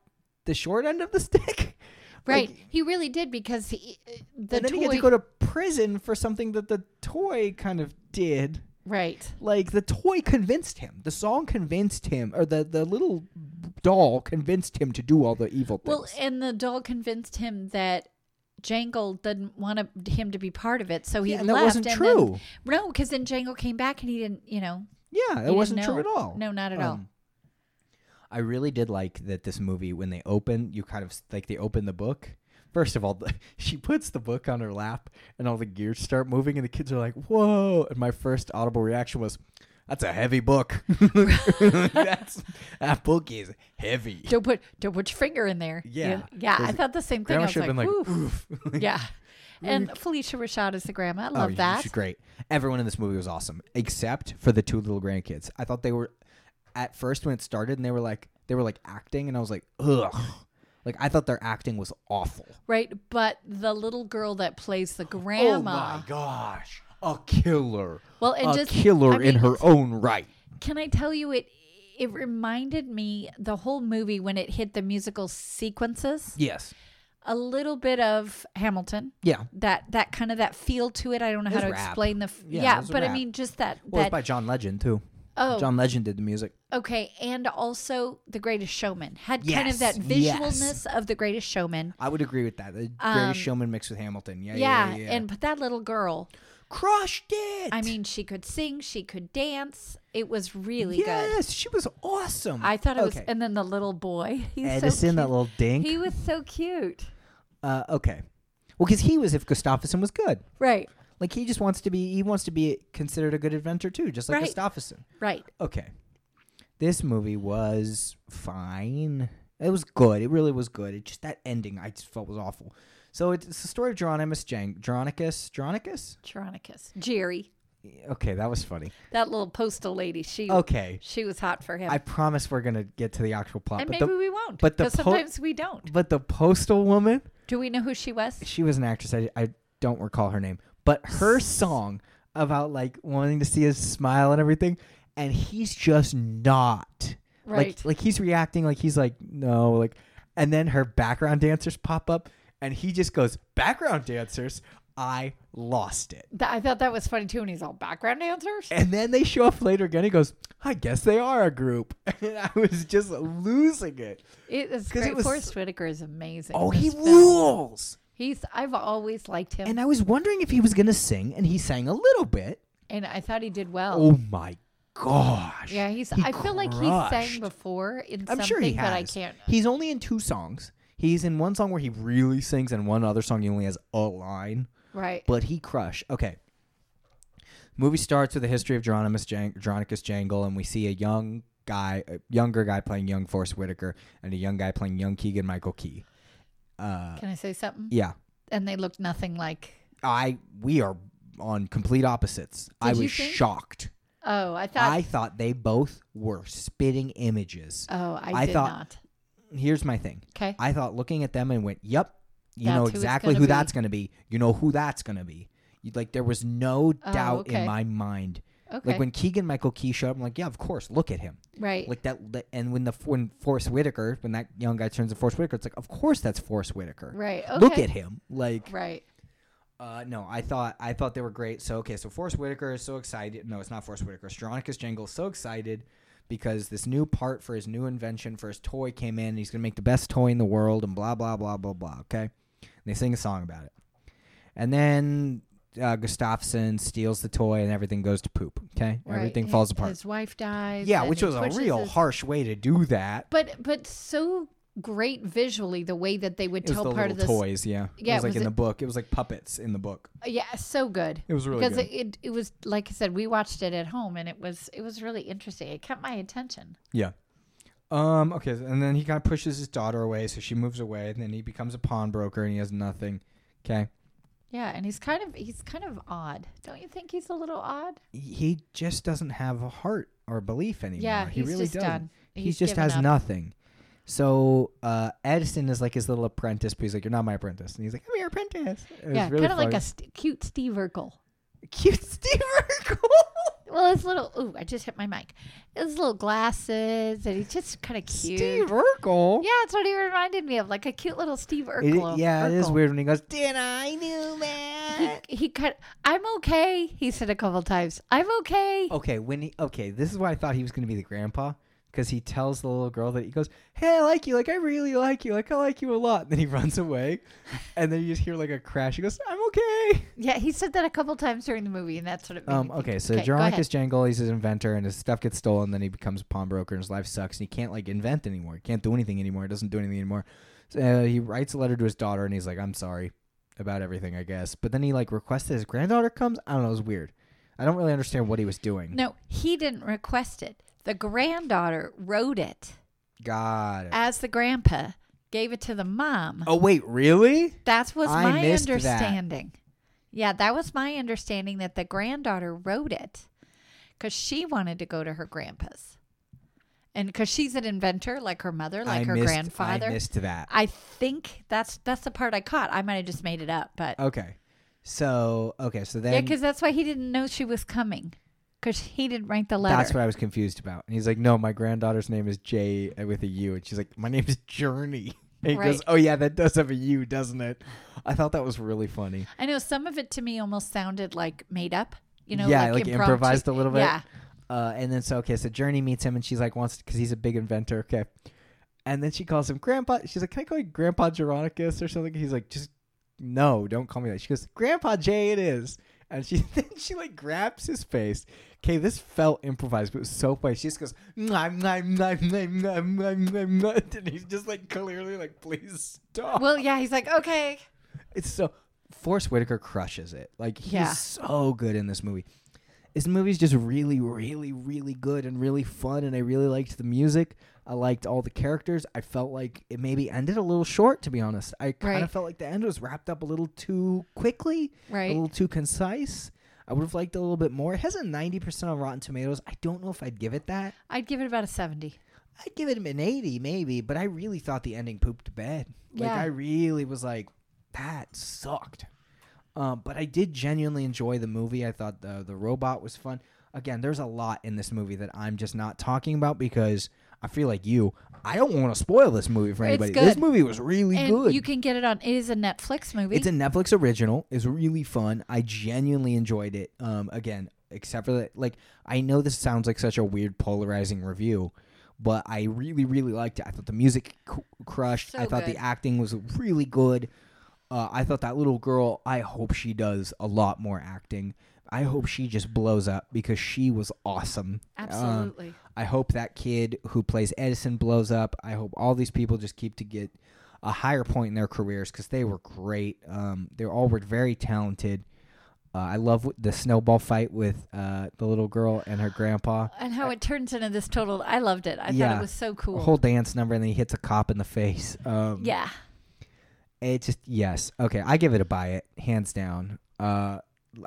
S1: the short end of the (laughs) stick
S2: right?
S1: Like,
S2: he really did because he, uh, the
S1: and then
S2: toy,
S1: he had to go to prison for something that the toy kind of did
S2: right?
S1: like the toy convinced him the song convinced him or the, the little doll convinced him to do all the evil things
S2: Well, and the doll convinced him that Jangle didn't want to- him to be part of it, so he
S1: Yeah, and that
S2: left.
S1: wasn't
S2: and
S1: true.
S2: Then, no, because then Jangle came back and he didn't. You know,
S1: Yeah, it
S2: didn't
S1: wasn't
S2: know.
S1: true at all. Um,
S2: No, not at all.
S1: I really did like that this movie when they open, you kind of s- like they open the book. First of all, (laughs) the, she puts the book on her lap and all the gears start moving and the kids are like, "Whoa." And my first audible reaction was, "That's a heavy book." (laughs) That's that book is heavy.
S2: don't put don't put your finger in there. You
S1: Yeah.
S2: know? yeah. I
S1: There's-
S2: thought the same thing.
S1: Grandma
S2: I was
S1: should have
S2: like,
S1: been like,
S2: "Oof."
S1: "Oof." (laughs)
S2: yeah. And Felicia Rashad is the grandma. I
S1: Oh,
S2: love
S1: yeah,
S2: that.
S1: She's great. Everyone in this movie was awesome, except for the two little grandkids. I thought they were at first when it started, and they were like they were like acting, and I was like, ugh, like I thought their acting was awful.
S2: Right, but the little girl that plays the
S1: Oh
S2: grandma.
S1: my gosh, a killer.
S2: Well, and
S1: a
S2: just-
S1: killer
S2: I
S1: in
S2: mean,
S1: her own right.
S2: Can I tell you it it reminded me the whole movie when it hit the musical sequences,
S1: Yes.
S2: a little bit of Hamilton.
S1: Yeah.
S2: That that kind of that feel to it. I don't know how
S1: was
S2: to
S1: rap.
S2: explain the f-
S1: Yeah,
S2: yeah,
S1: it was a
S2: but I
S1: rap.
S2: mean just that
S1: Well, it's
S2: that
S1: by John Legend too.
S2: oh
S1: John Legend did the music.
S2: Okay, and also The Greatest Showman had kind
S1: Yes,
S2: of that
S1: yes.
S2: visualness of The Greatest Showman.
S1: I would agree with that. The
S2: Um,
S1: Greatest Showman mixed with Hamilton. Yeah, yeah,
S2: Yeah,
S1: yeah. yeah.
S2: and but that little girl,
S1: crushed it.
S2: I mean, she could sing, she could dance. It was really good.
S1: yes, she was awesome.
S2: I thought it was,
S1: Okay.
S2: and then the little boy, (laughs) he's
S1: Edison,
S2: so
S1: that
S2: cute.
S1: little dink.
S2: He was so cute,
S1: uh, okay, well, because he was if Gustafsson was good.
S2: right?
S1: Like he just wants to be. He wants to be considered a good adventure too, just like
S2: Right.
S1: Gustafsson.
S2: Right.
S1: Okay, this movie was fine. It was good. It really was good. It just that ending I just felt was awful. So it's, it's the story of Geronimus Jang, Geronicus, Geronicus.
S2: Geronicus, Jerry,
S1: Okay, that was funny.
S2: that little postal lady. She
S1: Okay,
S2: she was hot for him,
S1: I promise we're gonna get to the actual plot,
S2: and
S1: but
S2: maybe
S1: the
S2: we won't.
S1: but the
S2: 'cause
S1: po-
S2: sometimes we don't.
S1: but the postal woman.
S2: Do we know who she was?
S1: she was an actress. I, I don't recall her name, but her song about like wanting to see his smile and everything, and he's just not
S2: Right.
S1: Like, like he's reacting like he's like no like, and then her background dancers pop up, and he just goes background dancers. I lost it.
S2: Th- I thought that was funny too, and he's all background dancers.
S1: And then they show up later again. He goes, I guess they are a group. (laughs) And I was just losing it.
S2: It is
S1: 'Cause it
S2: great.
S1: was-
S2: Forrest Whitaker is amazing.
S1: Oh,
S2: in
S1: he
S2: this film.
S1: rules.
S2: He's. I've always liked him, and
S1: And I was wondering if he was going to sing, and he sang a little bit.
S2: I, thought he did well.
S1: Oh my gosh.
S2: yeah, he's.
S1: He
S2: I feel like he sang
S1: crushed.
S2: before in
S1: I'm
S2: something,
S1: sure he has.
S2: but I can't.
S1: He's only in two songs. He's in one song where he really sings, and one other song he only has a line.
S2: Right.
S1: But he crush. Okay. Movie starts with the history of Geronimus Jang- Geronicus Jangle, and we see a young guy, a younger guy playing young Forrest Whitaker, and a young guy playing young Keegan Michael Key. Uh,
S2: Can I say something?
S1: yeah,
S2: And they looked nothing like.
S1: I we are on complete opposites. I
S2: Did you
S1: was
S2: think-
S1: shocked.
S2: Oh, I thought.
S1: I thought they both were spitting images.
S2: oh, I,
S1: I
S2: did
S1: thought-
S2: not.
S1: Here's my thing.
S2: Okay.
S1: I thought looking at them and went, "Yep, you
S2: That's
S1: know
S2: who it's
S1: exactly
S2: gonna
S1: who
S2: be."
S1: that's going to be. You know who that's going to be." You, like there was no
S2: Oh,
S1: doubt
S2: okay.
S1: in my mind.
S2: Okay.
S1: Like when Keegan Michael Key showed up, I'm like, "Yeah, of course. Look at him."
S2: right.
S1: Like that. that- And when the when Forrest Whitaker, when that young guy turns to Forrest Whitaker, it's like, "Of course, that's Forrest Whitaker."
S2: right. Okay.
S1: Look at him. Like,
S2: Right.
S1: uh, no, I thought I thought they were great. So okay, so Forrest Whitaker is so excited. No, it's not Forrest Whitaker. Stronicus Jangle is so excited because this new part for his new invention for his toy came in. And he's gonna make the best toy in the world and blah blah blah blah blah. Okay, and they sing a song about it, and then uh, Gustafsson steals the toy and everything goes to poop. Okay,
S2: Right.
S1: everything
S2: His-
S1: falls apart.
S2: His wife dies.
S1: yeah,
S2: and
S1: which
S2: he
S1: was a
S2: pushes
S1: real
S2: his-
S1: harsh way to do that.
S2: But but so great visually the way that they would
S1: It was
S2: tell
S1: the
S2: part
S1: little
S2: of this.
S1: toys. Yeah,
S2: Yeah,
S1: it was like
S2: was
S1: in
S2: it-
S1: the book. It was like puppets in the book.
S2: Yeah, so good.
S1: It was really
S2: because
S1: good.
S2: it, it it was like I said, we watched it at home and it was it was really interesting. It kept my attention.
S1: Yeah. Um, okay, and then he kind of pushes his daughter away, so she moves away, and then he becomes a pawnbroker and he has nothing. Okay.
S2: Yeah, and he's kind of he's kind of odd. Don't you think he's a little odd?
S1: He just doesn't have a heart or belief anymore.
S2: yeah,
S1: he
S2: he's
S1: really
S2: just
S1: doesn't.
S2: done.
S1: He
S2: He's
S1: just
S2: given
S1: has
S2: up.
S1: nothing. So uh, Edison is like his little apprentice, but he's like, "You're not my apprentice," and he's like, "I'm your apprentice." It was
S2: Yeah,
S1: really
S2: kind of like a
S1: funny.
S2: st- cute Steve Urkel.
S1: (laughs) cute Steve Urkel.
S2: Well, his little ooh, I just hit my mic. His little glasses, and he's just kind of (laughs) cute.
S1: Steve Urkel.
S2: Yeah, that's what he reminded me of, like a cute little Steve
S1: It-
S2: Urkel.
S1: yeah, it is
S2: Urkel.
S1: weird when he goes, "Did I do
S2: (laughs)
S1: that?"
S2: He, he cut. I'm okay. He said a couple times. I'm okay.
S1: Okay, when he okay, this is why I thought he was gonna be the grandpa because he tells the little girl that he goes, "Hey, I like you. Like I really like you. Like I like you a lot." And then he (laughs) runs away, and then you just hear like a crash. He goes, "I'm okay."
S2: Yeah, he said that a couple times during the movie, and that's what it. Made
S1: Um.
S2: (laughs) me think.
S1: Okay. So
S2: go ahead.
S1: Geronicus Jangle, he's an inventor, and his stuff gets stolen. Then he becomes a pawnbroker, and his life sucks, and he can't like invent anymore. He can't do anything anymore. He doesn't do anything anymore. So uh, he writes a letter to his daughter, and he's like, "I'm sorry about everything, I guess." But then he like requests that his granddaughter comes. I don't know. It was weird. I don't really understand what he was doing.
S2: No, he didn't request it. The granddaughter wrote it
S1: God.
S2: as the grandpa gave it to the mom.
S1: Oh wait, really?
S2: That's was
S1: I
S2: my
S1: missed that.
S2: understanding. Yeah, that was my understanding that the granddaughter wrote it because she wanted to go to her grandpa's, and because she's an inventor like her mother, like
S1: I
S2: her
S1: missed,
S2: grandfather.
S1: I missed that.
S2: I think that's that's the part I caught. I might have just made it up, but
S1: Okay. So okay, so
S2: yeah,
S1: then
S2: because that's why he didn't know she was coming, because he didn't write the letter.
S1: that's what I was confused about. And he's like, "No, my granddaughter's name is Jay with a U," and she's like, "My name is Journey." (laughs) And he goes,
S2: Right.
S1: "Oh yeah, that does have a U, doesn't it?" I thought that was really funny.
S2: I know some of it to me almost sounded like made up. You know,
S1: yeah,
S2: like,
S1: like
S2: impromptu.
S1: improvised a little bit.
S2: Yeah,
S1: Uh, and then so okay, so Journey meets him, and she's like wants because he's a big inventor. Okay, and then she calls him Grandpa. She's like, "Can I call you Grandpa Geronicus or something?" He's like, "Just no, don't call me that." She goes, "Grandpa Jay, it is." And she (laughs) then she like grabs his face. Okay, this felt improvised, but it was so funny. She just goes, "Mwah, mwah, mwah, mwah, mwah, mwah, mwah, mwah," (laughs) and he's just like clearly like, "Please stop."
S2: Well, yeah, he's like, okay.
S1: It's so Forrest Whitaker crushes it. Like he's
S2: Yeah.
S1: so good in this movie. This movie's just really, really, really good and really fun, and I really liked the music. I liked all the characters. I felt like it maybe ended a little short, to be honest. I kind of
S2: Right.
S1: felt like the end was wrapped up a little too quickly, a
S2: Right.
S1: little too concise. I would have liked a little bit more. It has a ninety percent on Rotten Tomatoes. I don't know if I'd give it that.
S2: I'd give it about a 70.
S1: I'd give it an 80 maybe, but I really thought the ending pooped to bed. Like
S2: Yeah.
S1: I really was like, that sucked. Um, but I did genuinely enjoy the movie. I thought the the robot was fun. Again, there's a lot in this movie that I'm just not talking about because I feel like you. I don't want to spoil this movie for
S2: It's
S1: anybody. This
S2: good.
S1: movie was really
S2: and
S1: good.
S2: you can get it on, it is a Netflix movie.
S1: It's a uh, Netflix original. It's really fun. I genuinely enjoyed it. Um, again, except for that, like I know this sounds like such a weird, polarizing review, but I really, really liked it. I thought the music c- crushed.
S2: So
S1: I thought
S2: good.
S1: the acting was really good. Uh, I thought that little girl. I hope she does a lot more acting. I hope she just blows up because she was awesome. Um,
S2: Absolutely.
S1: I hope that kid who plays Edison blows up. I hope all these people just keep to get a higher point in their careers because they were great. Um, they all were very talented. Uh, I love w- the snowball fight with uh, the little girl and her grandpa.
S2: and how it turns into this total, I loved it. I thought
S1: uh, Yeah.
S2: it was so
S1: A
S2: cool.
S1: whole dance number, and then he hits a cop in the face. Um,
S2: yeah.
S1: It just yes. Okay, I give it a buy it hands down. Uh,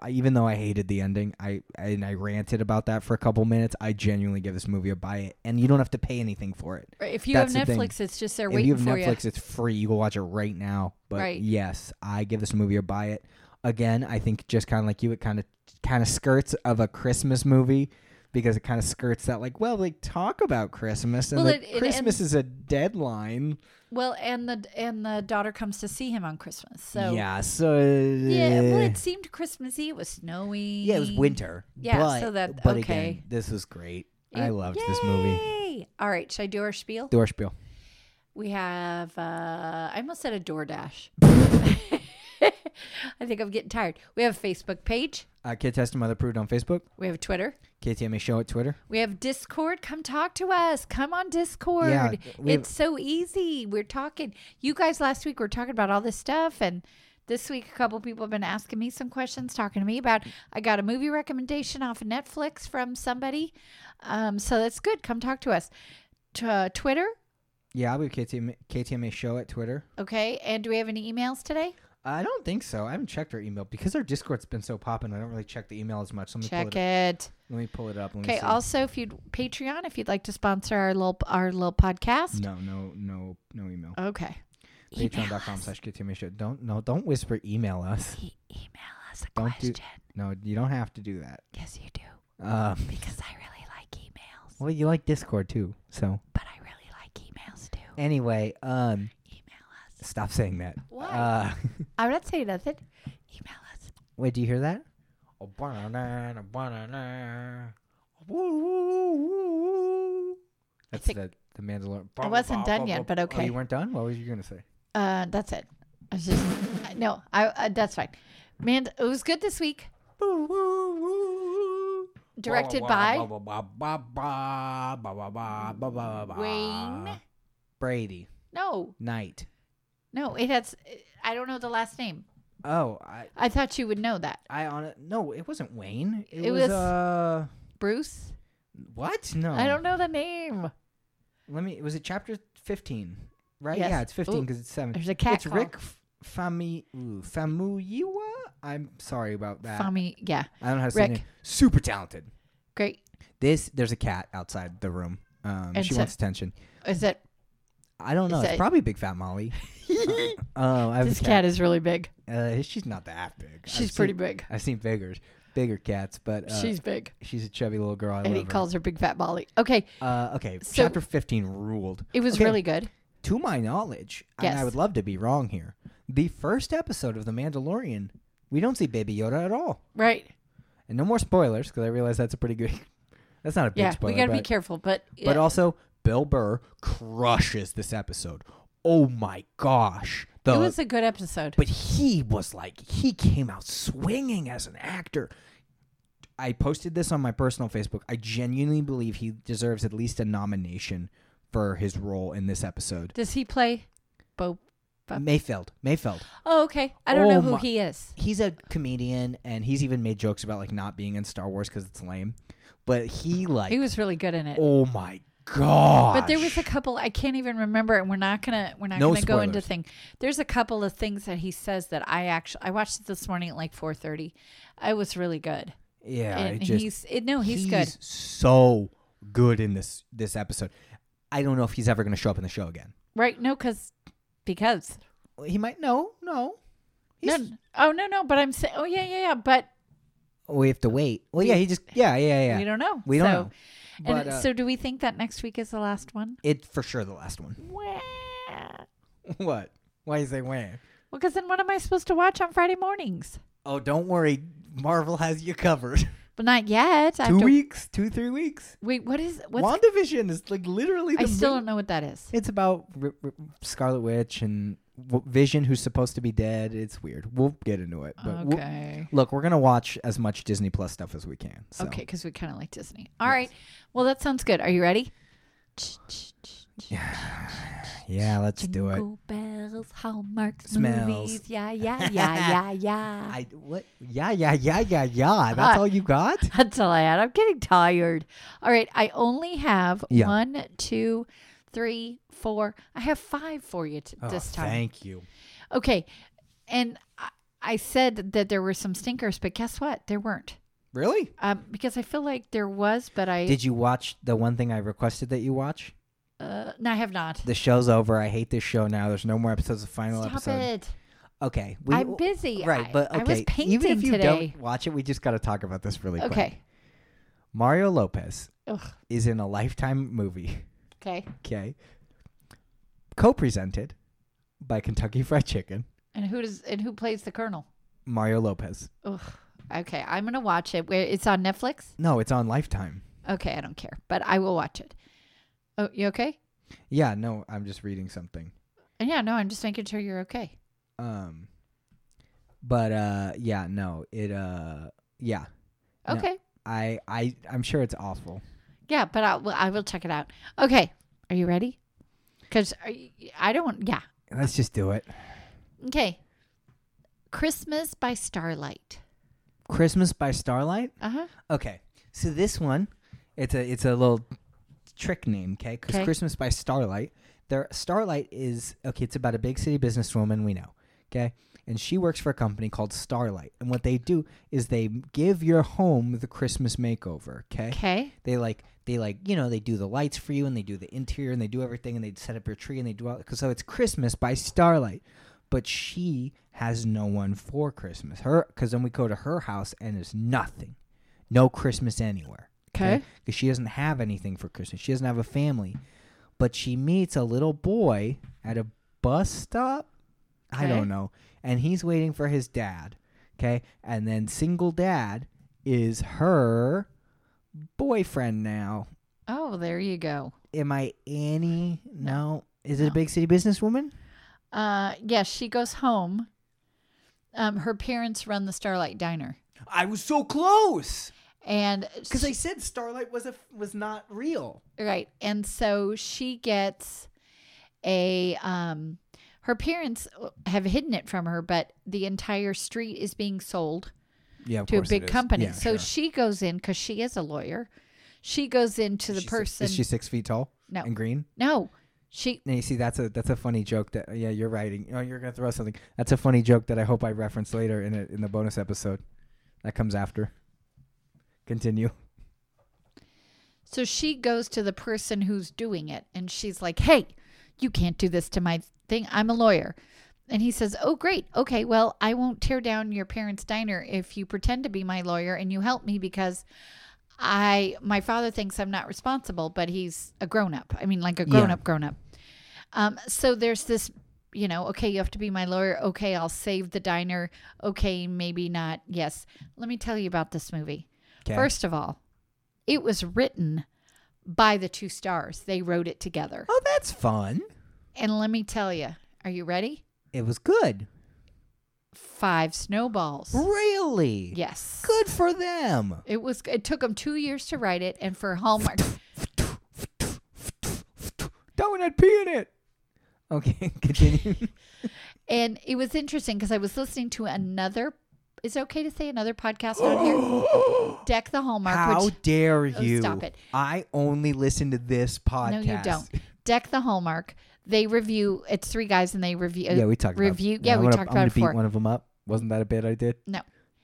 S1: I- even though I hated the ending, I and I ranted about that for a couple minutes. I genuinely give this movie a buy it, and you don't have to pay anything for it.
S2: Right, If you have
S1: That's the thing.
S2: Netflix, it's just there
S1: if
S2: waiting
S1: you have
S2: for
S1: Netflix, it's free. You can watch it right now. But
S2: Right.
S1: yes, I give this movie a buy it. Again, I think just kind of like you, it kind of kind of skirts of a Christmas movie because it kind of skirts that like, well, they talk about Christmas and
S2: Well,
S1: like,
S2: it- it
S1: Christmas
S2: ends-
S1: is a deadline.
S2: you. Well, and the and the daughter comes to see him on Christmas. So
S1: yeah, so uh,
S2: Yeah, well, it seemed Christmassy. It was snowy.
S1: yeah, it was winter.
S2: Yeah,
S1: but,
S2: so that-
S1: but again,
S2: okay.
S1: this was great. I
S2: It-
S1: loved this movie.
S2: Yay! All right, should I do our spiel?
S1: Door spiel.
S2: We have, uh, I almost said
S1: (laughs)
S2: a DoorDash. (laughs) I think I'm getting tired. We have a Facebook page.
S1: Uh, Kid Test and Mother Proved on Facebook.
S2: We have Twitter.
S1: KTMA Show at Twitter.
S2: We have Discord. Come talk to us. Come on Discord.
S1: we have-
S2: it's so easy. We're talking. You guys last week were talking about all this stuff and this week a couple people have been asking me some questions, talking to me about I got a movie recommendation off of Netflix from somebody. Um, so that's good. Come talk to us. T- uh, Twitter,
S1: Yeah, we have KTMA, KTMA Show at Twitter.
S2: okay? And do we have any emails today?
S1: I don't think so. I haven't checked our email because our Discord's been so popping. I don't really check the email as much. So let me
S2: Check
S1: pull it.
S2: it.
S1: Up. Let me pull it up. Let me
S2: Okay,
S1: see.
S2: also if you'd Patreon if you'd like to sponsor our little our little podcast.
S1: No, no, no, no email.
S2: Okay. Email
S1: Patreon.com
S2: us.
S1: slash KTMA Show. Don't no, don't whisper email us.
S2: E- email us a
S1: Don't do-
S2: question.
S1: No, you don't have to do that.
S2: Yes, you do.
S1: Um,
S2: Because I really like emails.
S1: well, you like Discord too, so
S2: But I really like emails too.
S1: anyway, um,
S2: Email us.
S1: stop saying that.
S2: Why?
S1: Uh, (laughs)
S2: I'm not saying nothing. Email us.
S1: wait, do you hear that? A banana, a banana. Woo, woo, woo, woo. That's
S2: think-
S1: the the Mandalorian.
S2: I wasn't done yet, but
S1: Oh,
S2: okay.
S1: you weren't done. What were you gonna say?
S2: Uh, that's it. I was just I- no. I uh, that's fine. Man, it was good this week. Directed by
S1: by
S2: Wayne.
S1: Brady
S2: No,
S1: Knight.
S2: no. It has. I don't know the last name.
S1: Oh, I
S2: I thought you would know that.
S1: I on it. No, it wasn't Wayne. It,
S2: It
S1: was,
S2: was-
S1: uh
S2: Bruce.
S1: what? No,
S2: I don't know the name.
S1: Let me. Was it chapter fifteen? Right.
S2: Yes.
S1: Yeah, it's fifteen
S2: Ooh.
S1: because it's seven.
S2: There's a cat
S1: It's
S2: call.
S1: Rick F- Fami ooh, Famuyiwa. I'm sorry about that.
S2: Fami. Yeah.
S1: I don't know how to say
S2: Rick.
S1: it. Super talented.
S2: Great.
S1: This there's a cat outside the room. Um,
S2: And
S1: she
S2: so-
S1: wants attention. (laughs)
S2: Is it?
S1: I don't know.
S2: Is
S1: It's
S2: that-
S1: probably Big Fat
S2: (laughs)
S1: Molly. Oh, I have
S2: this
S1: a
S2: cat is really big.
S1: Uh, she's not that big.
S2: She's
S1: I've
S2: pretty
S1: Seen,
S2: big.
S1: (laughs) I've seen bigger, bigger cats, but uh,
S2: She's
S1: she's
S2: big.
S1: she's a chubby little girl. I love
S2: And he
S1: her.
S2: calls her Big Fat Molly. Okay.
S1: uh, okay,
S2: So-
S1: chapter fifteen ruled.
S2: It was
S1: Okay.
S2: really good.
S1: To my knowledge, and I
S2: Yes.
S1: would love to be wrong here. The first episode of The Mandalorian, we don't see Baby Yoda at all,
S2: Right.
S1: and no more spoilers because I realize that's a pretty good. (laughs) That's not a big
S2: yeah,
S1: spoiler.
S2: we got to be
S1: but-
S2: careful, but
S1: But
S2: yeah,
S1: also, Bill Burr crushes this episode. Oh my gosh! The
S2: it was a good episode.
S1: but he was like he came out swinging as an actor. I posted this on my personal Facebook. I genuinely believe he deserves at least a nomination for his role in this episode.
S2: Does he play Bo? Bob-
S1: Mayfield, Mayfield.
S2: Oh, okay. I don't
S1: Oh
S2: know who
S1: my-
S2: he is.
S1: He's a comedian and he's even made jokes about like not being in Star Wars cuz it's lame. But he like
S2: He was really good in it.
S1: oh my god.
S2: But there was a couple I can't even remember, and we're not gonna we're not
S1: No
S2: gonna go into
S1: spoilers.
S2: thing. There's a couple of things that he says that I actually I watched it this morning at like 4:30. It was really good,
S1: Yeah, it
S2: and
S1: just
S2: he's it, no he's, good.
S1: so good in this this episode. I don't know if he's ever going to show up in the show again.
S2: right? No, because because
S1: He might no, no.
S2: no,
S1: He's-
S2: oh no no. But I'm saying oh yeah yeah yeah. But
S1: Oh, We have to wait. Well, yeah, he just yeah, yeah, yeah.
S2: we don't know.
S1: We don't
S2: so,
S1: know.
S2: And
S1: But uh,
S2: so do we think that next week is the last one?
S1: it for sure the last one.
S2: Well,
S1: (laughs) what? Why is they win?
S2: because then what am I supposed to watch on Friday mornings?
S1: Oh, don't worry. Marvel has you covered.
S2: But not yet. (laughs) I have
S1: two
S2: to-
S1: weeks, two three weeks.
S2: Wait, what is what's?
S1: WandaVision is like literally. The
S2: I still don't
S1: mo-
S2: know what that is.
S1: It's about R- R- Scarlet Witch and w- Vision, who's supposed to be dead. It's weird. We'll get into it. But we'll-
S2: Okay.
S1: look, we're gonna watch as much Disney Plus stuff as we can. So.
S2: Okay, because we kind of like Disney. All right. Well, that sounds good. Are you ready?
S1: Yeah, let's do it.
S2: Jingle bells, Hallmark
S1: Smells.
S2: movies. (laughs) Yeah, yeah,
S1: (laughs)
S2: yeah, yeah, yeah.
S1: I what? Yeah, yeah, yeah, yeah, yeah. That's
S2: Ah.
S1: all you got?
S2: That's all I had. I'm getting tired. All right. I only have
S1: Yeah.
S2: one, two, three, four. I have five for you t- this time.
S1: Oh, Thank you.
S2: Okay. And I, I said that there were some stinkers, but guess what? There weren't.
S1: Really?
S2: Um, because I feel like there was, but I
S1: Did you watch the one thing I requested that you watch?
S2: uh, no, I have not.
S1: The show's over. I hate this show now. There's no more episodes of final
S2: Stop
S1: episode.
S2: it.
S1: Okay. We,
S2: I'm busy.
S1: Right,
S2: I-
S1: but okay.
S2: I was painting
S1: Even if you
S2: today.
S1: don't watch it, we just got to talk about this really quick.
S2: Okay.
S1: Mario Lopez
S2: Ugh.
S1: is in a Lifetime movie. (laughs)
S2: Okay.
S1: Okay. Co-presented by Kentucky Fried Chicken.
S2: And who does and who plays the colonel?
S1: Mario Lopez.
S2: Ugh. Okay, I'm gonna watch it. Where it's on Netflix.
S1: No, it's on Lifetime.
S2: Okay, I don't care, but I will watch it. Oh, you okay?
S1: Yeah. No, I'm just reading something.
S2: And yeah, no, I'm just making sure you're okay.
S1: Um but uh yeah, no. It uh yeah. No.
S2: Okay.
S1: I I I'm sure it's awful.
S2: Yeah, but I will. I will check it out. Okay. Are you ready? Because I don't. Yeah.
S1: Let's just do it.
S2: Okay. Christmas by Starlight.
S1: Christmas by Starlight?
S2: Uh huh.
S1: Okay. So this one, it's a it's a little trick name, okay? Cuz
S2: 'Kay.
S1: Christmas by Starlight. There Starlight is okay, it's about a big city businesswoman we know, okay? And she works for a company called Starlight. And what they do is they give your home the Christmas makeover, okay?
S2: Okay.
S1: They like they like you know they do the lights for you and they do the interior and they do everything and they set up your tree and they do all because so it's Christmas by starlight, but she has no one for Christmas. Her because then we go to her house and there's nothing, no Christmas anywhere.
S2: Okay.
S1: because she doesn't have anything for Christmas. She doesn't have a family, but she meets a little boy at a bus stop. I
S2: Okay.
S1: don't know, and he's waiting for his dad. Okay, and then single dad is her boyfriend now.
S2: Oh, there you go.
S1: Am I Annie? No. Is it a
S2: No.
S1: big city businesswoman?
S2: Uh, yes, she goes home. Um, her parents run the Starlight Diner,
S1: I was so close
S2: and
S1: because I
S2: she-
S1: said Starlight was a was not real.
S2: right, and so she gets a um, her parents have hidden it from her, but the entire street is being sold
S1: Yeah, of
S2: to a
S1: course it
S2: big
S1: is.
S2: company.
S1: Yeah,
S2: so
S1: sure.
S2: she goes in because she is a lawyer. She goes into the
S1: She's-
S2: person.
S1: is she six feet tall?
S2: No.
S1: and green.
S2: no, she
S1: And you see, that's a that's a funny joke. That yeah, you're writing. Oh, you're gonna throw something. That's a funny joke that I hope I reference later in a, in the bonus episode that comes after. Continue.
S2: So she goes to the person who's doing it and she's like, Hey, you can't do this to my thing. I'm a lawyer. And he says, Oh, great. Okay. Well, I won't tear down your parents' diner if you pretend to be my lawyer and you help me because I, my father thinks I'm not responsible, but he's a grown up. I mean, like a
S1: Yeah.
S2: grown up, grown up. Um, so there's this, you know, okay, you have to be my lawyer. Okay, I'll save the diner. Okay, maybe not. Yes. Let me tell you about this movie.
S1: Okay.
S2: First of all, It was written by the two stars. They wrote it together.
S1: Oh, that's fun.
S2: And let me tell you, are you ready?
S1: It was good.
S2: Five snowballs.
S1: Really?
S2: Yes.
S1: Good for them.
S2: It was. It took them two years to write it, and
S1: (laughs)
S2: for Hallmark,
S1: Donut pee in it. Okay, (laughs) continue.
S2: (gasps) and it was interesting because I was listening to another. Is it okay to say another podcast on
S1: (gasps)
S2: here? Deck the Hallmark.
S1: How
S2: which,
S1: dare
S2: Oh,
S1: you?
S2: stop it.
S1: I only listen to this podcast.
S2: no, you don't. Deck the Hallmark. They review. It's three guys, and they review.
S1: Yeah, we talked
S2: review.
S1: about
S2: Yeah,
S1: I'm
S2: we
S1: gonna-
S2: talked
S1: I'm gonna
S2: about it before.
S1: beat one of them up. Wasn't that a bit I did?
S2: No,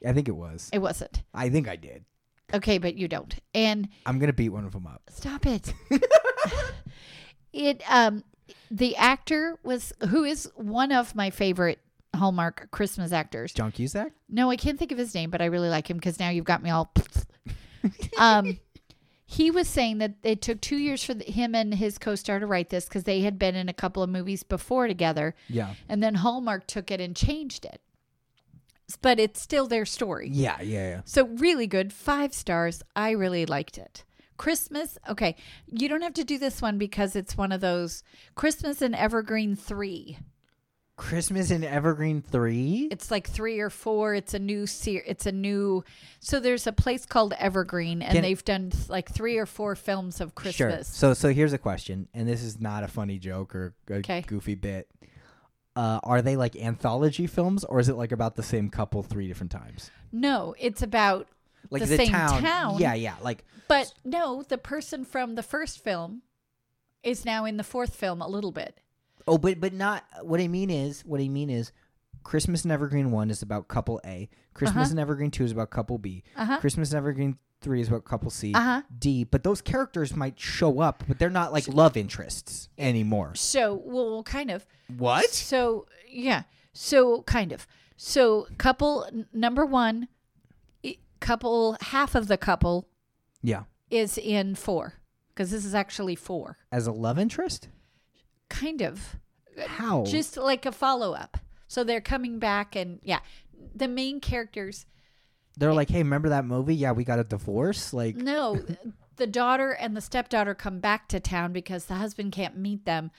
S1: I think it was.
S2: it wasn't.
S1: I think I did.
S2: Okay, but you don't. And
S1: I'm gonna beat one of them up.
S2: stop it. it um the actor was who is one of my favorite Hallmark Christmas actors.
S1: John Cusack.
S2: No, I can't think of his name, but I really like him because now you've got me all. (laughs) um, he was saying that it took two years for the, him and his co-star to write this because they had been in a couple of movies before together,
S1: Yeah.
S2: and then Hallmark took it and changed it. But it's still their story.
S1: Yeah. Yeah. yeah.
S2: So really good, five stars. I really liked it. Christmas, okay. You don't have to do this one because it's one of those Christmas and Evergreen 3.
S1: Christmas in Evergreen Three.
S2: It's like 3 or 4. It's a new ser- it's a new So there's a place called Evergreen and
S1: Can-
S2: they've done like 3 or 4 films of Christmas.
S1: Sure. So so here's a question, and this is not a funny joke or a
S2: Okay.
S1: goofy bit. Uh, are they like anthology films, or is it like about the same couple three different times?
S2: No, it's about
S1: Like
S2: The same town.
S1: Yeah, yeah. Like
S2: but no, the person from the first film is now in the fourth film a little bit.
S1: oh, but but not. What I mean is, what I mean is, Christmas in Evergreen one is about couple A. Christmas
S2: Uh-huh.
S1: in Evergreen two is about couple B.
S2: Uh-huh.
S1: Christmas in Evergreen three is about couple C.
S2: Uh-huh.
S1: D. But those characters might show up, but they're not like love interests anymore.
S2: So, well, kind of.
S1: What?
S2: So yeah, so kind of. So couple n- number one, i- couple half of the couple
S1: Yeah.
S2: is in four because this is actually four,
S1: As a love interest?
S2: kind of.
S1: How?
S2: Just like a follow up. So they're coming back and yeah, the main characters.
S1: They're like, hey, remember that movie? Yeah, we got a divorce. Like,
S2: No, the daughter and the stepdaughter come back to town because the husband can't meet them.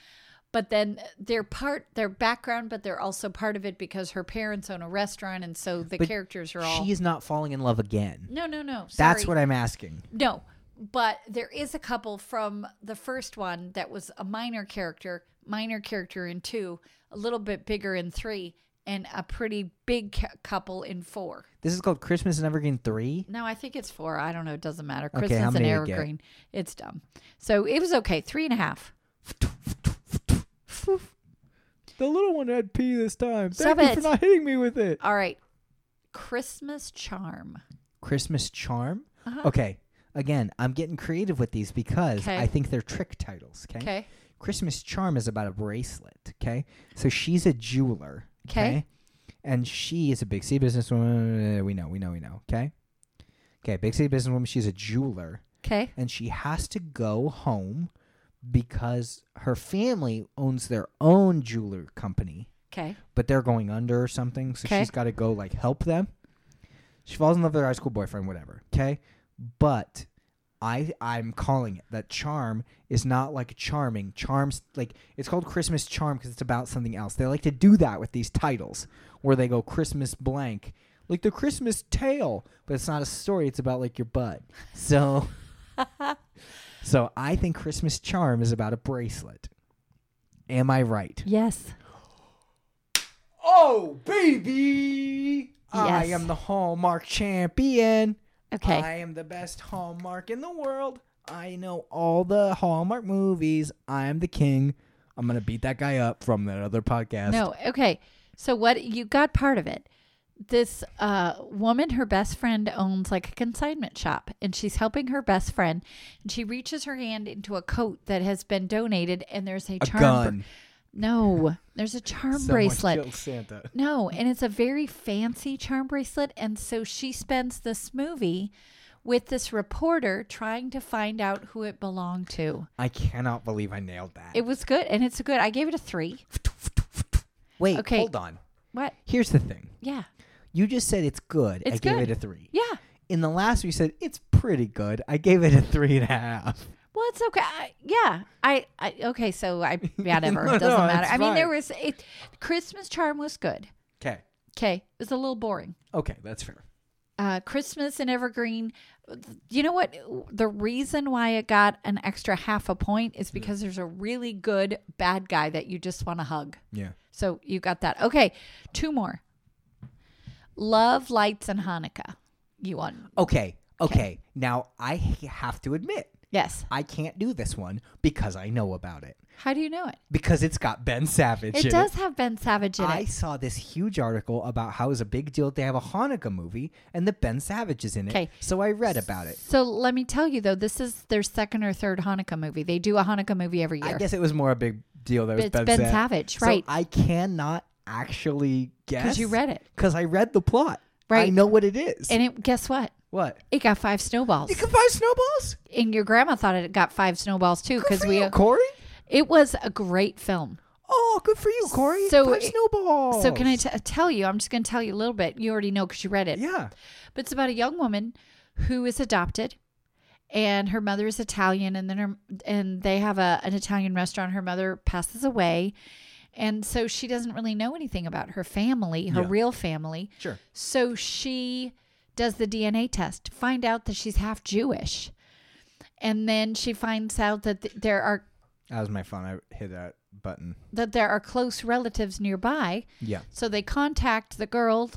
S2: But then they're part, their background, but they're also part of it because her parents own a restaurant, and so the
S1: But
S2: characters are all.
S1: she is not falling in love again.
S2: no, no, no.
S1: That's
S2: Mm, sorry.
S1: what I'm asking.
S2: No, but there is a couple from the first one that was a minor character, minor character in two, a little bit bigger in three, and a pretty big cou- couple in four.
S1: This is called Christmas in Evergreen 3.
S2: No, I think it's four. I don't know. It doesn't matter.
S1: Okay,
S2: Christmas
S1: how
S2: and
S1: many did it get?
S2: Evergreen. It's dumb. So it was okay. Three and a half.
S1: The little one had pee this time.
S2: Stop you for it.
S1: not hitting me with it.
S2: All right. Christmas charm.
S1: Christmas Charm?
S2: Uh-huh.
S1: Okay. Again, I'm getting creative with these because
S2: Okay.
S1: I think they're trick titles. Okay?
S2: Okay.
S1: Christmas Charm is about a bracelet. Okay. So she's a jeweler.
S2: 'Kay.
S1: And she is a big C businesswoman. eh, We know, we know, we know. Okay. Okay. Big C businesswoman. She's a jeweler.
S2: Okay.
S1: and she has to go home because her family owns their own jeweler company,
S2: Okay.
S1: but they're going under or something. So
S2: Okay.
S1: she's got to go like help them. She falls in love with her high school boyfriend, whatever. Okay, but I I'm calling it that charm is not like charming. Charms like it's called Christmas charm because it's about something else. They like to do that with these titles where they go Christmas blank. Like the Christmas tale, but it's not a story. It's about like your butt. So, so I think Christmas charm is about a bracelet. Am I right?
S2: Yes.
S1: Oh, baby! I
S2: Yes.
S1: am the Hallmark champion.
S2: Okay.
S1: I am the best Hallmark in the world. I know all the Hallmark movies. I am the king. I'm going to beat that guy up from that other podcast.
S2: No, okay. So what you got part of it. This uh, woman, her best friend owns like a consignment shop, and she's helping her best friend. And she reaches her hand into a coat that has been donated, and there's a,
S1: A
S2: charm.
S1: gun.
S2: No, there's a charm
S1: Someone
S2: bracelet.
S1: killed Santa.
S2: No, and it's a very fancy charm bracelet. And so she spends this movie with this reporter trying to find out who it belonged to.
S1: I cannot believe I nailed that.
S2: It was good, and it's good. I gave it a three.
S1: Wait,
S2: Okay.
S1: hold on.
S2: What?
S1: Here's the thing.
S2: Yeah,
S1: You just said it's good. I
S2: It's
S1: gave
S2: good.
S1: it a three.
S2: yeah.
S1: In the last, you said it's pretty good. I gave it a three and a half.
S2: Well, it's okay. I, yeah, I, I okay. So
S1: (laughs)
S2: I whatever.
S1: No,
S2: it doesn't
S1: no,
S2: matter.
S1: it's
S2: I mean, there
S1: fine.
S2: was it. Christmas charm was good.
S1: Okay.
S2: Okay, it was a little boring.
S1: Okay, that's fair.
S2: Uh, Christmas and Evergreen. You know what? The reason why it got an extra half a point is because there's a really good bad guy that you just want to hug.
S1: Yeah.
S2: So you got that. Okay, two more. Love, lights, and Hanukkah. You won.
S1: Okay. Okay. Now I h- have to admit,
S2: Yes.
S1: I can't do this one because I know about it.
S2: How do you know it?
S1: Because it's got Ben Savage
S2: It
S1: in
S2: does have Ben Savage in
S1: I
S2: it.
S1: saw this huge article about how it was a big deal to have a Hanukkah movie and that Ben Savage is in it.
S2: 'Kay.
S1: So I read about it.
S2: So let me tell you though, this is their second or third Hanukkah movie. They do a Hanukkah movie every year.
S1: I guess it was more a big deal that it was
S2: it's
S1: Ben,
S2: Ben,
S1: Sa-
S2: Savage,
S1: So
S2: right?
S1: I cannot actually guess.
S2: Because you read it,
S1: Because I read the plot. I
S2: Right.
S1: know what it is.
S2: and it, guess what?
S1: what?
S2: It got five snowballs,
S1: You can buy snowballs?
S2: and your grandma thought it got five snowballs too. Because we,
S1: Corey?
S2: it was a great film.
S1: Oh, good for you, Corey.
S2: So
S1: Buy
S2: it-
S1: snowballs.
S2: So can I t- uh, tell you? I'm just going to tell you a little bit. You already know because you read it.
S1: yeah.
S2: But it's about a young woman who is adopted and her mother is Italian and then her and they have a an Italian restaurant. Her mother passes away. And so she doesn't really know anything about her family, her
S1: Yeah.
S2: real family.
S1: Sure.
S2: So she does the DNA test, to find out that she's half Jewish. And then she finds out that th- there are
S1: That was my phone. I hit that button.
S2: that there are close relatives nearby.
S1: Yeah.
S2: So they contact the girl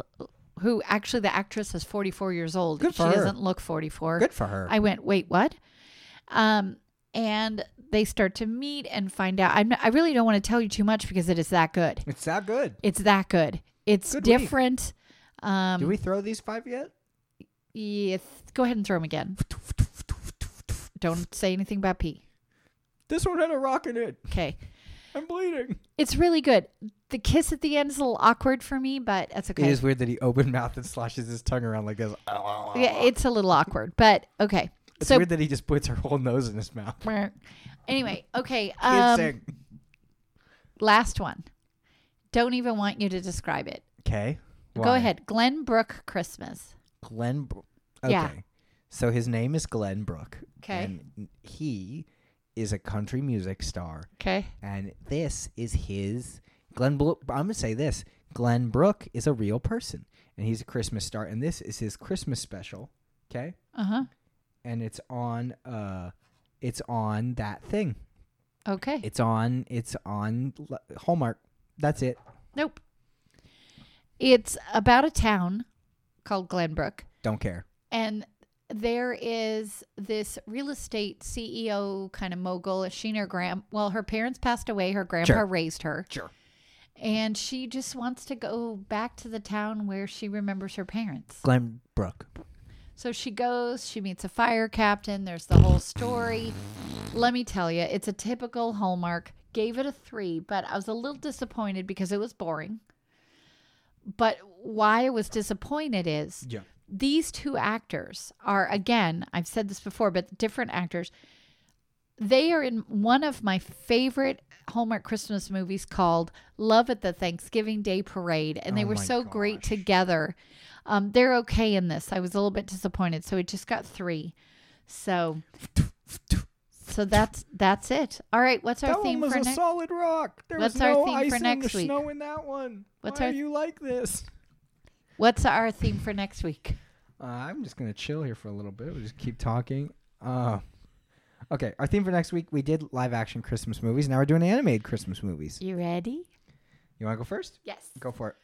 S2: who actually the actress is 44 years old.
S1: Good for
S2: she
S1: her.
S2: doesn't look 44.
S1: Good for her.
S2: I went, wait, what? Um, and they start to meet and find out. I'm, I really don't want to tell you too much because it is that good.
S1: it's that good.
S2: It's that good. It's
S1: Good week.
S2: different. Um,
S1: Do we throw these five yet?
S2: yes, go ahead and throw them again. Don't say anything about pee.
S1: This one had a rock in it.
S2: Okay.
S1: I'm bleeding.
S2: It's really good. The kiss at the end is a little awkward for me, but that's okay.
S1: It is weird that he open mouthed and sloshes his tongue around like this.
S2: yeah, it's a little awkward, but okay.
S1: It's
S2: so
S1: weird that he just puts her whole nose in his mouth.
S2: anyway, okay.
S1: It's
S2: Um, last one. Don't even want you to describe it.
S1: okay.
S2: Go ahead. Glen Brook Christmas.
S1: Glenn. Bro- okay.
S2: Yeah.
S1: So his name is Glenn Brook.
S2: 'Kay.
S1: And he is a country music star.
S2: Okay.
S1: And this is his. Glenn Bro- I'm going to say this Glenn Brook is a real person. And he's a Christmas star. And this is his Christmas special. Okay.
S2: Uh huh.
S1: And it's on. uh it's on that thing.
S2: Okay.
S1: It's on. It's on L- Hallmark. That's it.
S2: nope. It's about a town called Glenbrook,
S1: Don't care.
S2: and there is this real estate CEO kind of mogul. She and her grand, well, her parents passed away. Her grandpa
S1: Sure.
S2: raised her,
S1: Sure.
S2: and she just wants to go back to the town where she remembers her parents.
S1: Glenn Brook.
S2: So she goes, she meets a fire captain. There's the whole story. Let me tell you, it's a typical Hallmark. Gave it a three, but I was a little disappointed because it was boring. But why I was disappointed is
S1: Yeah.
S2: these two actors are, again, I've said this before, but different actors. They are in one of my favorite Hallmark Christmas movies called Love at the Thanksgiving Day Parade. And they
S1: Oh
S2: were
S1: my
S2: so great
S1: gosh.
S2: together. Um, they're okay in this. I was a little bit disappointed. So it just got three. So. So that's that's it. All right, what's our
S1: that
S2: theme
S1: one was
S2: for
S1: a
S2: next?
S1: solid rock. There
S2: What's
S1: was
S2: our
S1: no
S2: theme
S1: ice
S2: for
S1: in
S2: next
S1: the
S2: week?
S1: snow in that one.
S2: What's
S1: Why
S2: our-
S1: are you like this?
S2: What's our theme for next week?
S1: Uh, I'm just gonna chill here for a little bit. We'll just keep talking. Uh, okay, our theme for next week we did live action Christmas movies. Now we're doing animated Christmas movies.
S2: You ready?
S1: You want to go first?
S2: Yes.
S1: Go for it.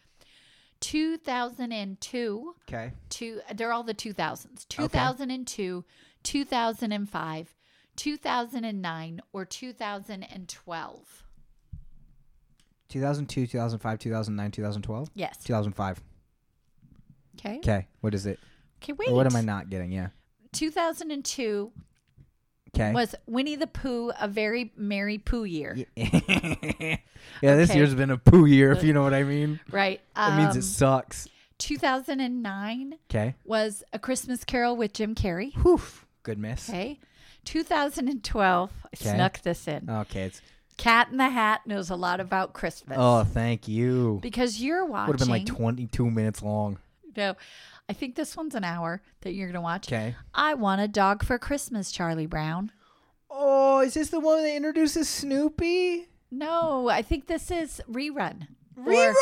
S2: 2002
S1: Okay.
S2: two they're all the 2000s 2002 2005 2009 or 2012
S1: 2002, 2005, 2009, 2012,
S2: yes
S1: 2005.
S2: okay
S1: Okay. What is it?
S2: okay
S1: Or
S2: wait
S1: What am I not getting? Yeah.
S2: 2002
S1: Okay.
S2: was winnie the pooh a very merry pooh year
S1: (laughs) yeah, this
S2: Okay.
S1: year's been a poo year, if you know what I mean.
S2: right
S1: That means it
S2: Um,
S1: sucks.
S2: 2009
S1: Okay.
S2: was a christmas carol with jim carrey
S1: Whew. Good miss. Okay.
S2: okay 2012 I
S1: Okay. Uh.
S2: snuck this in
S1: it's
S2: cat in the hat knows a lot about christmas
S1: oh, thank you.
S2: because you're watching
S1: Would have been like 22 minutes long.
S2: No, I think this one's an hour that you're gonna watch.
S1: Okay.
S2: I want a dog for Christmas, Charlie Brown.
S1: Oh, is this the one that introduces Snoopy?
S2: No, I think this is rerun. Or-
S1: Rerun.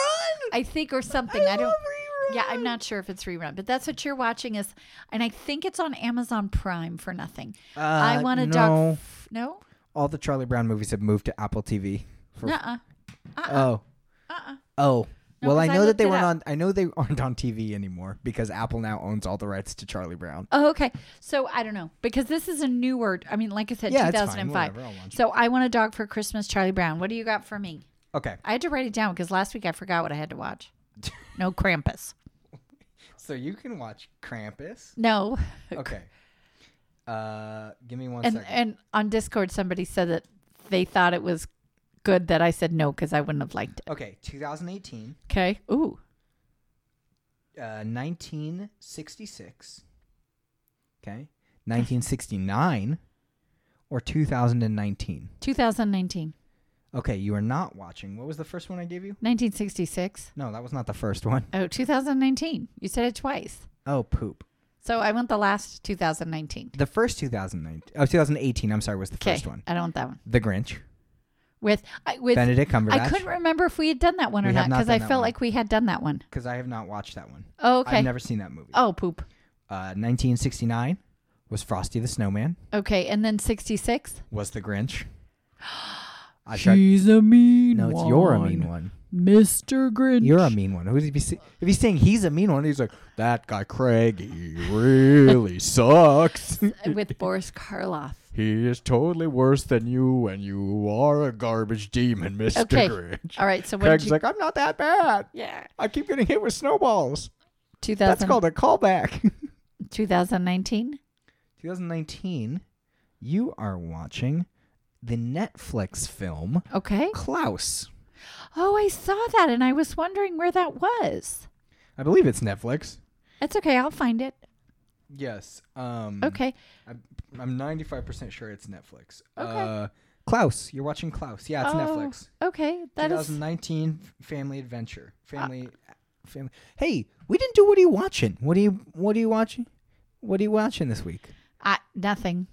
S2: I think or something. I, don't.
S1: love Rerun.
S2: Yeah, I'm not sure if it's rerun, but that's what you're watching is, and I think it's on Amazon Prime for nothing. I
S1: Uh,
S2: want a
S1: no.
S2: dog. F- no,
S1: All the Charlie Brown movies have moved to Apple TV. For,
S2: uh,
S1: Oh.
S2: uh,
S1: Oh.
S2: No,
S1: well, I
S2: 'cause I
S1: know that
S2: looked
S1: they
S2: it
S1: weren't
S2: up.
S1: on. I know they aren't on TV anymore because Apple now owns all the rights to Charlie Brown.
S2: oh, okay. So I don't know because this is a newer. I mean, like I said,
S1: Yeah, it's fine.
S2: 2005.
S1: Whatever, I'll watch it.
S2: so I want a dog for Christmas, Charlie Brown. What do you got for me?
S1: Okay,
S2: I had to write it down because last week I forgot what I had
S1: (laughs)
S2: to watch. No Krampus.
S1: so you can watch Krampus.
S2: No.
S1: Okay. Uh, give me one second.
S2: and and on Discord somebody said that they thought it was good that I said no because I wouldn't have liked it.
S1: Okay, 2018,
S2: Okay. Ooh.
S1: uh, 1966, okay, 1969, or 2019.
S2: 2019.
S1: Okay, you are not watching. What was the first one I gave you?
S2: 1966.
S1: No, that was not the first one. (laughs)
S2: Oh, 2019. You said it twice.
S1: Oh, poop.
S2: So I want the last 2019.
S1: The first 2019, oh, 2018, I'm sorry, was the
S2: Okay.
S1: first one.
S2: I don't want that one.
S1: The Grinch.
S2: With I with
S1: Benedict Cumberbatch.
S2: I couldn't remember if we had done that one
S1: We
S2: or
S1: have
S2: not
S1: not
S2: because
S1: done
S2: I
S1: that
S2: felt
S1: one.
S2: like we had done that one.
S1: Because I have not watched that one.
S2: Oh, okay.
S1: I've never seen that movie.
S2: oh, poop.
S1: Uh, 1969 was Frosty the Snowman,
S2: Okay, and then 66.
S1: was The Grinch. (gasps) I tried.
S3: She's a mean
S1: No, it's you're a mean one.
S3: Mr. Grinch.
S1: You're a mean one. Who's he be si- if he's saying he's a mean one, he's like, that guy Craig, he
S3: (laughs)
S1: really sucks.
S2: uh,
S1: (laughs)
S2: with Boris Karloff.
S3: he is totally worse than you, and you are a garbage demon, Mr.
S2: Okay.
S3: Grinch.
S2: All right, so what did
S3: Craig's
S2: you
S3: like, I'm not that bad.
S2: Yeah.
S3: I keep getting hit with snowballs.
S2: 2000,
S3: That's called a
S1: (laughs)
S3: callback.
S2: 2019.
S1: 2019, you are watching the Netflix film
S2: Okay.
S1: Klaus.
S2: (gasps) Oh, I saw that and I was wondering where that was.
S1: I believe it's Netflix.
S2: That's okay. I'll find it.
S1: Yes. Um,
S2: Okay.
S1: I'm, I'm 95% sure it's Netflix.
S2: Okay.
S1: Uh, Klaus. You're watching Klaus. Yeah, it's
S2: Oh,
S1: Netflix.
S2: Okay. That is Uh,
S1: 2019 family adventure. Family, family. Hey, we didn't do what are you watching? What are you What are you watching? What are you watching this week?
S2: I, nothing.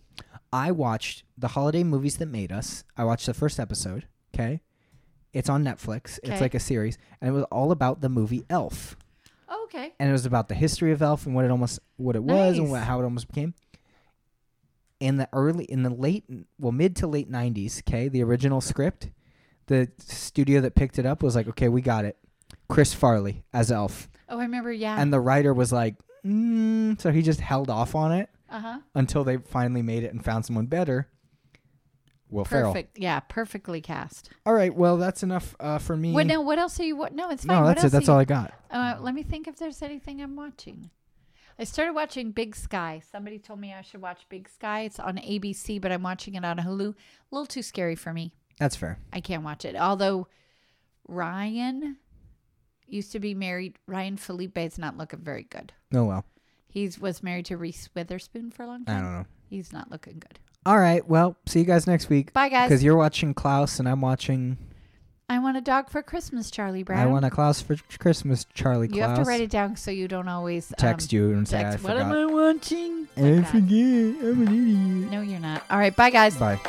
S1: I watched the holiday movies that made us. I watched the first episode. Okay, it's on Netflix. It's
S2: Okay.
S1: like a series, and it was all about the movie Elf,
S2: Oh, okay.
S1: and it was about the history of Elf and what it almost what it was and
S2: Nice.
S1: what, how it almost became. In the early, in the late, well, mid to late '90s. Okay, the original script, the studio that picked it up was like, okay, we got it. Chris Farley as Elf,
S2: Oh, I remember. Yeah.
S1: and the writer was like, mm, so he just held off on it
S2: uh huh.
S1: until they finally made it and found someone better. Will Ferrell.
S2: Perfect. Yeah. Perfectly cast.
S1: All right. Well, that's enough uh, for me.
S2: Wait, no. What else are you? What? No, it's fine.
S1: no,
S2: what
S1: that's it.
S2: else are
S1: That's all I got.
S2: you- Uh, let me think if there's anything I'm watching. I started watching Big Sky. Somebody told me I should watch Big Sky. It's on ABC, but I'm watching it on Hulu. A little too scary for me.
S1: That's fair.
S2: I can't watch it. Although Ryan used to be married. Ryan Felipe is not looking very good.
S1: Oh well.
S2: He's was married to Reese Witherspoon for a long
S1: I
S2: time.
S1: don't know.
S2: He's not looking good.
S1: All right. Well, see you guys next week.
S2: Bye guys.
S1: Because you're watching Klaus and I'm watching.
S2: I want a dog for Christmas, Charlie Brown.
S1: I want a Klaus for Christmas, Charlie
S2: you
S1: Klaus.
S2: have to write it down so you don't always um,
S1: Text you and say
S2: text.
S1: I
S2: What am
S1: forgot.
S3: watching?
S1: I
S2: Like that.
S1: forget. I'm an idiot.
S2: No, you're not. All right, bye guys.
S1: Bye.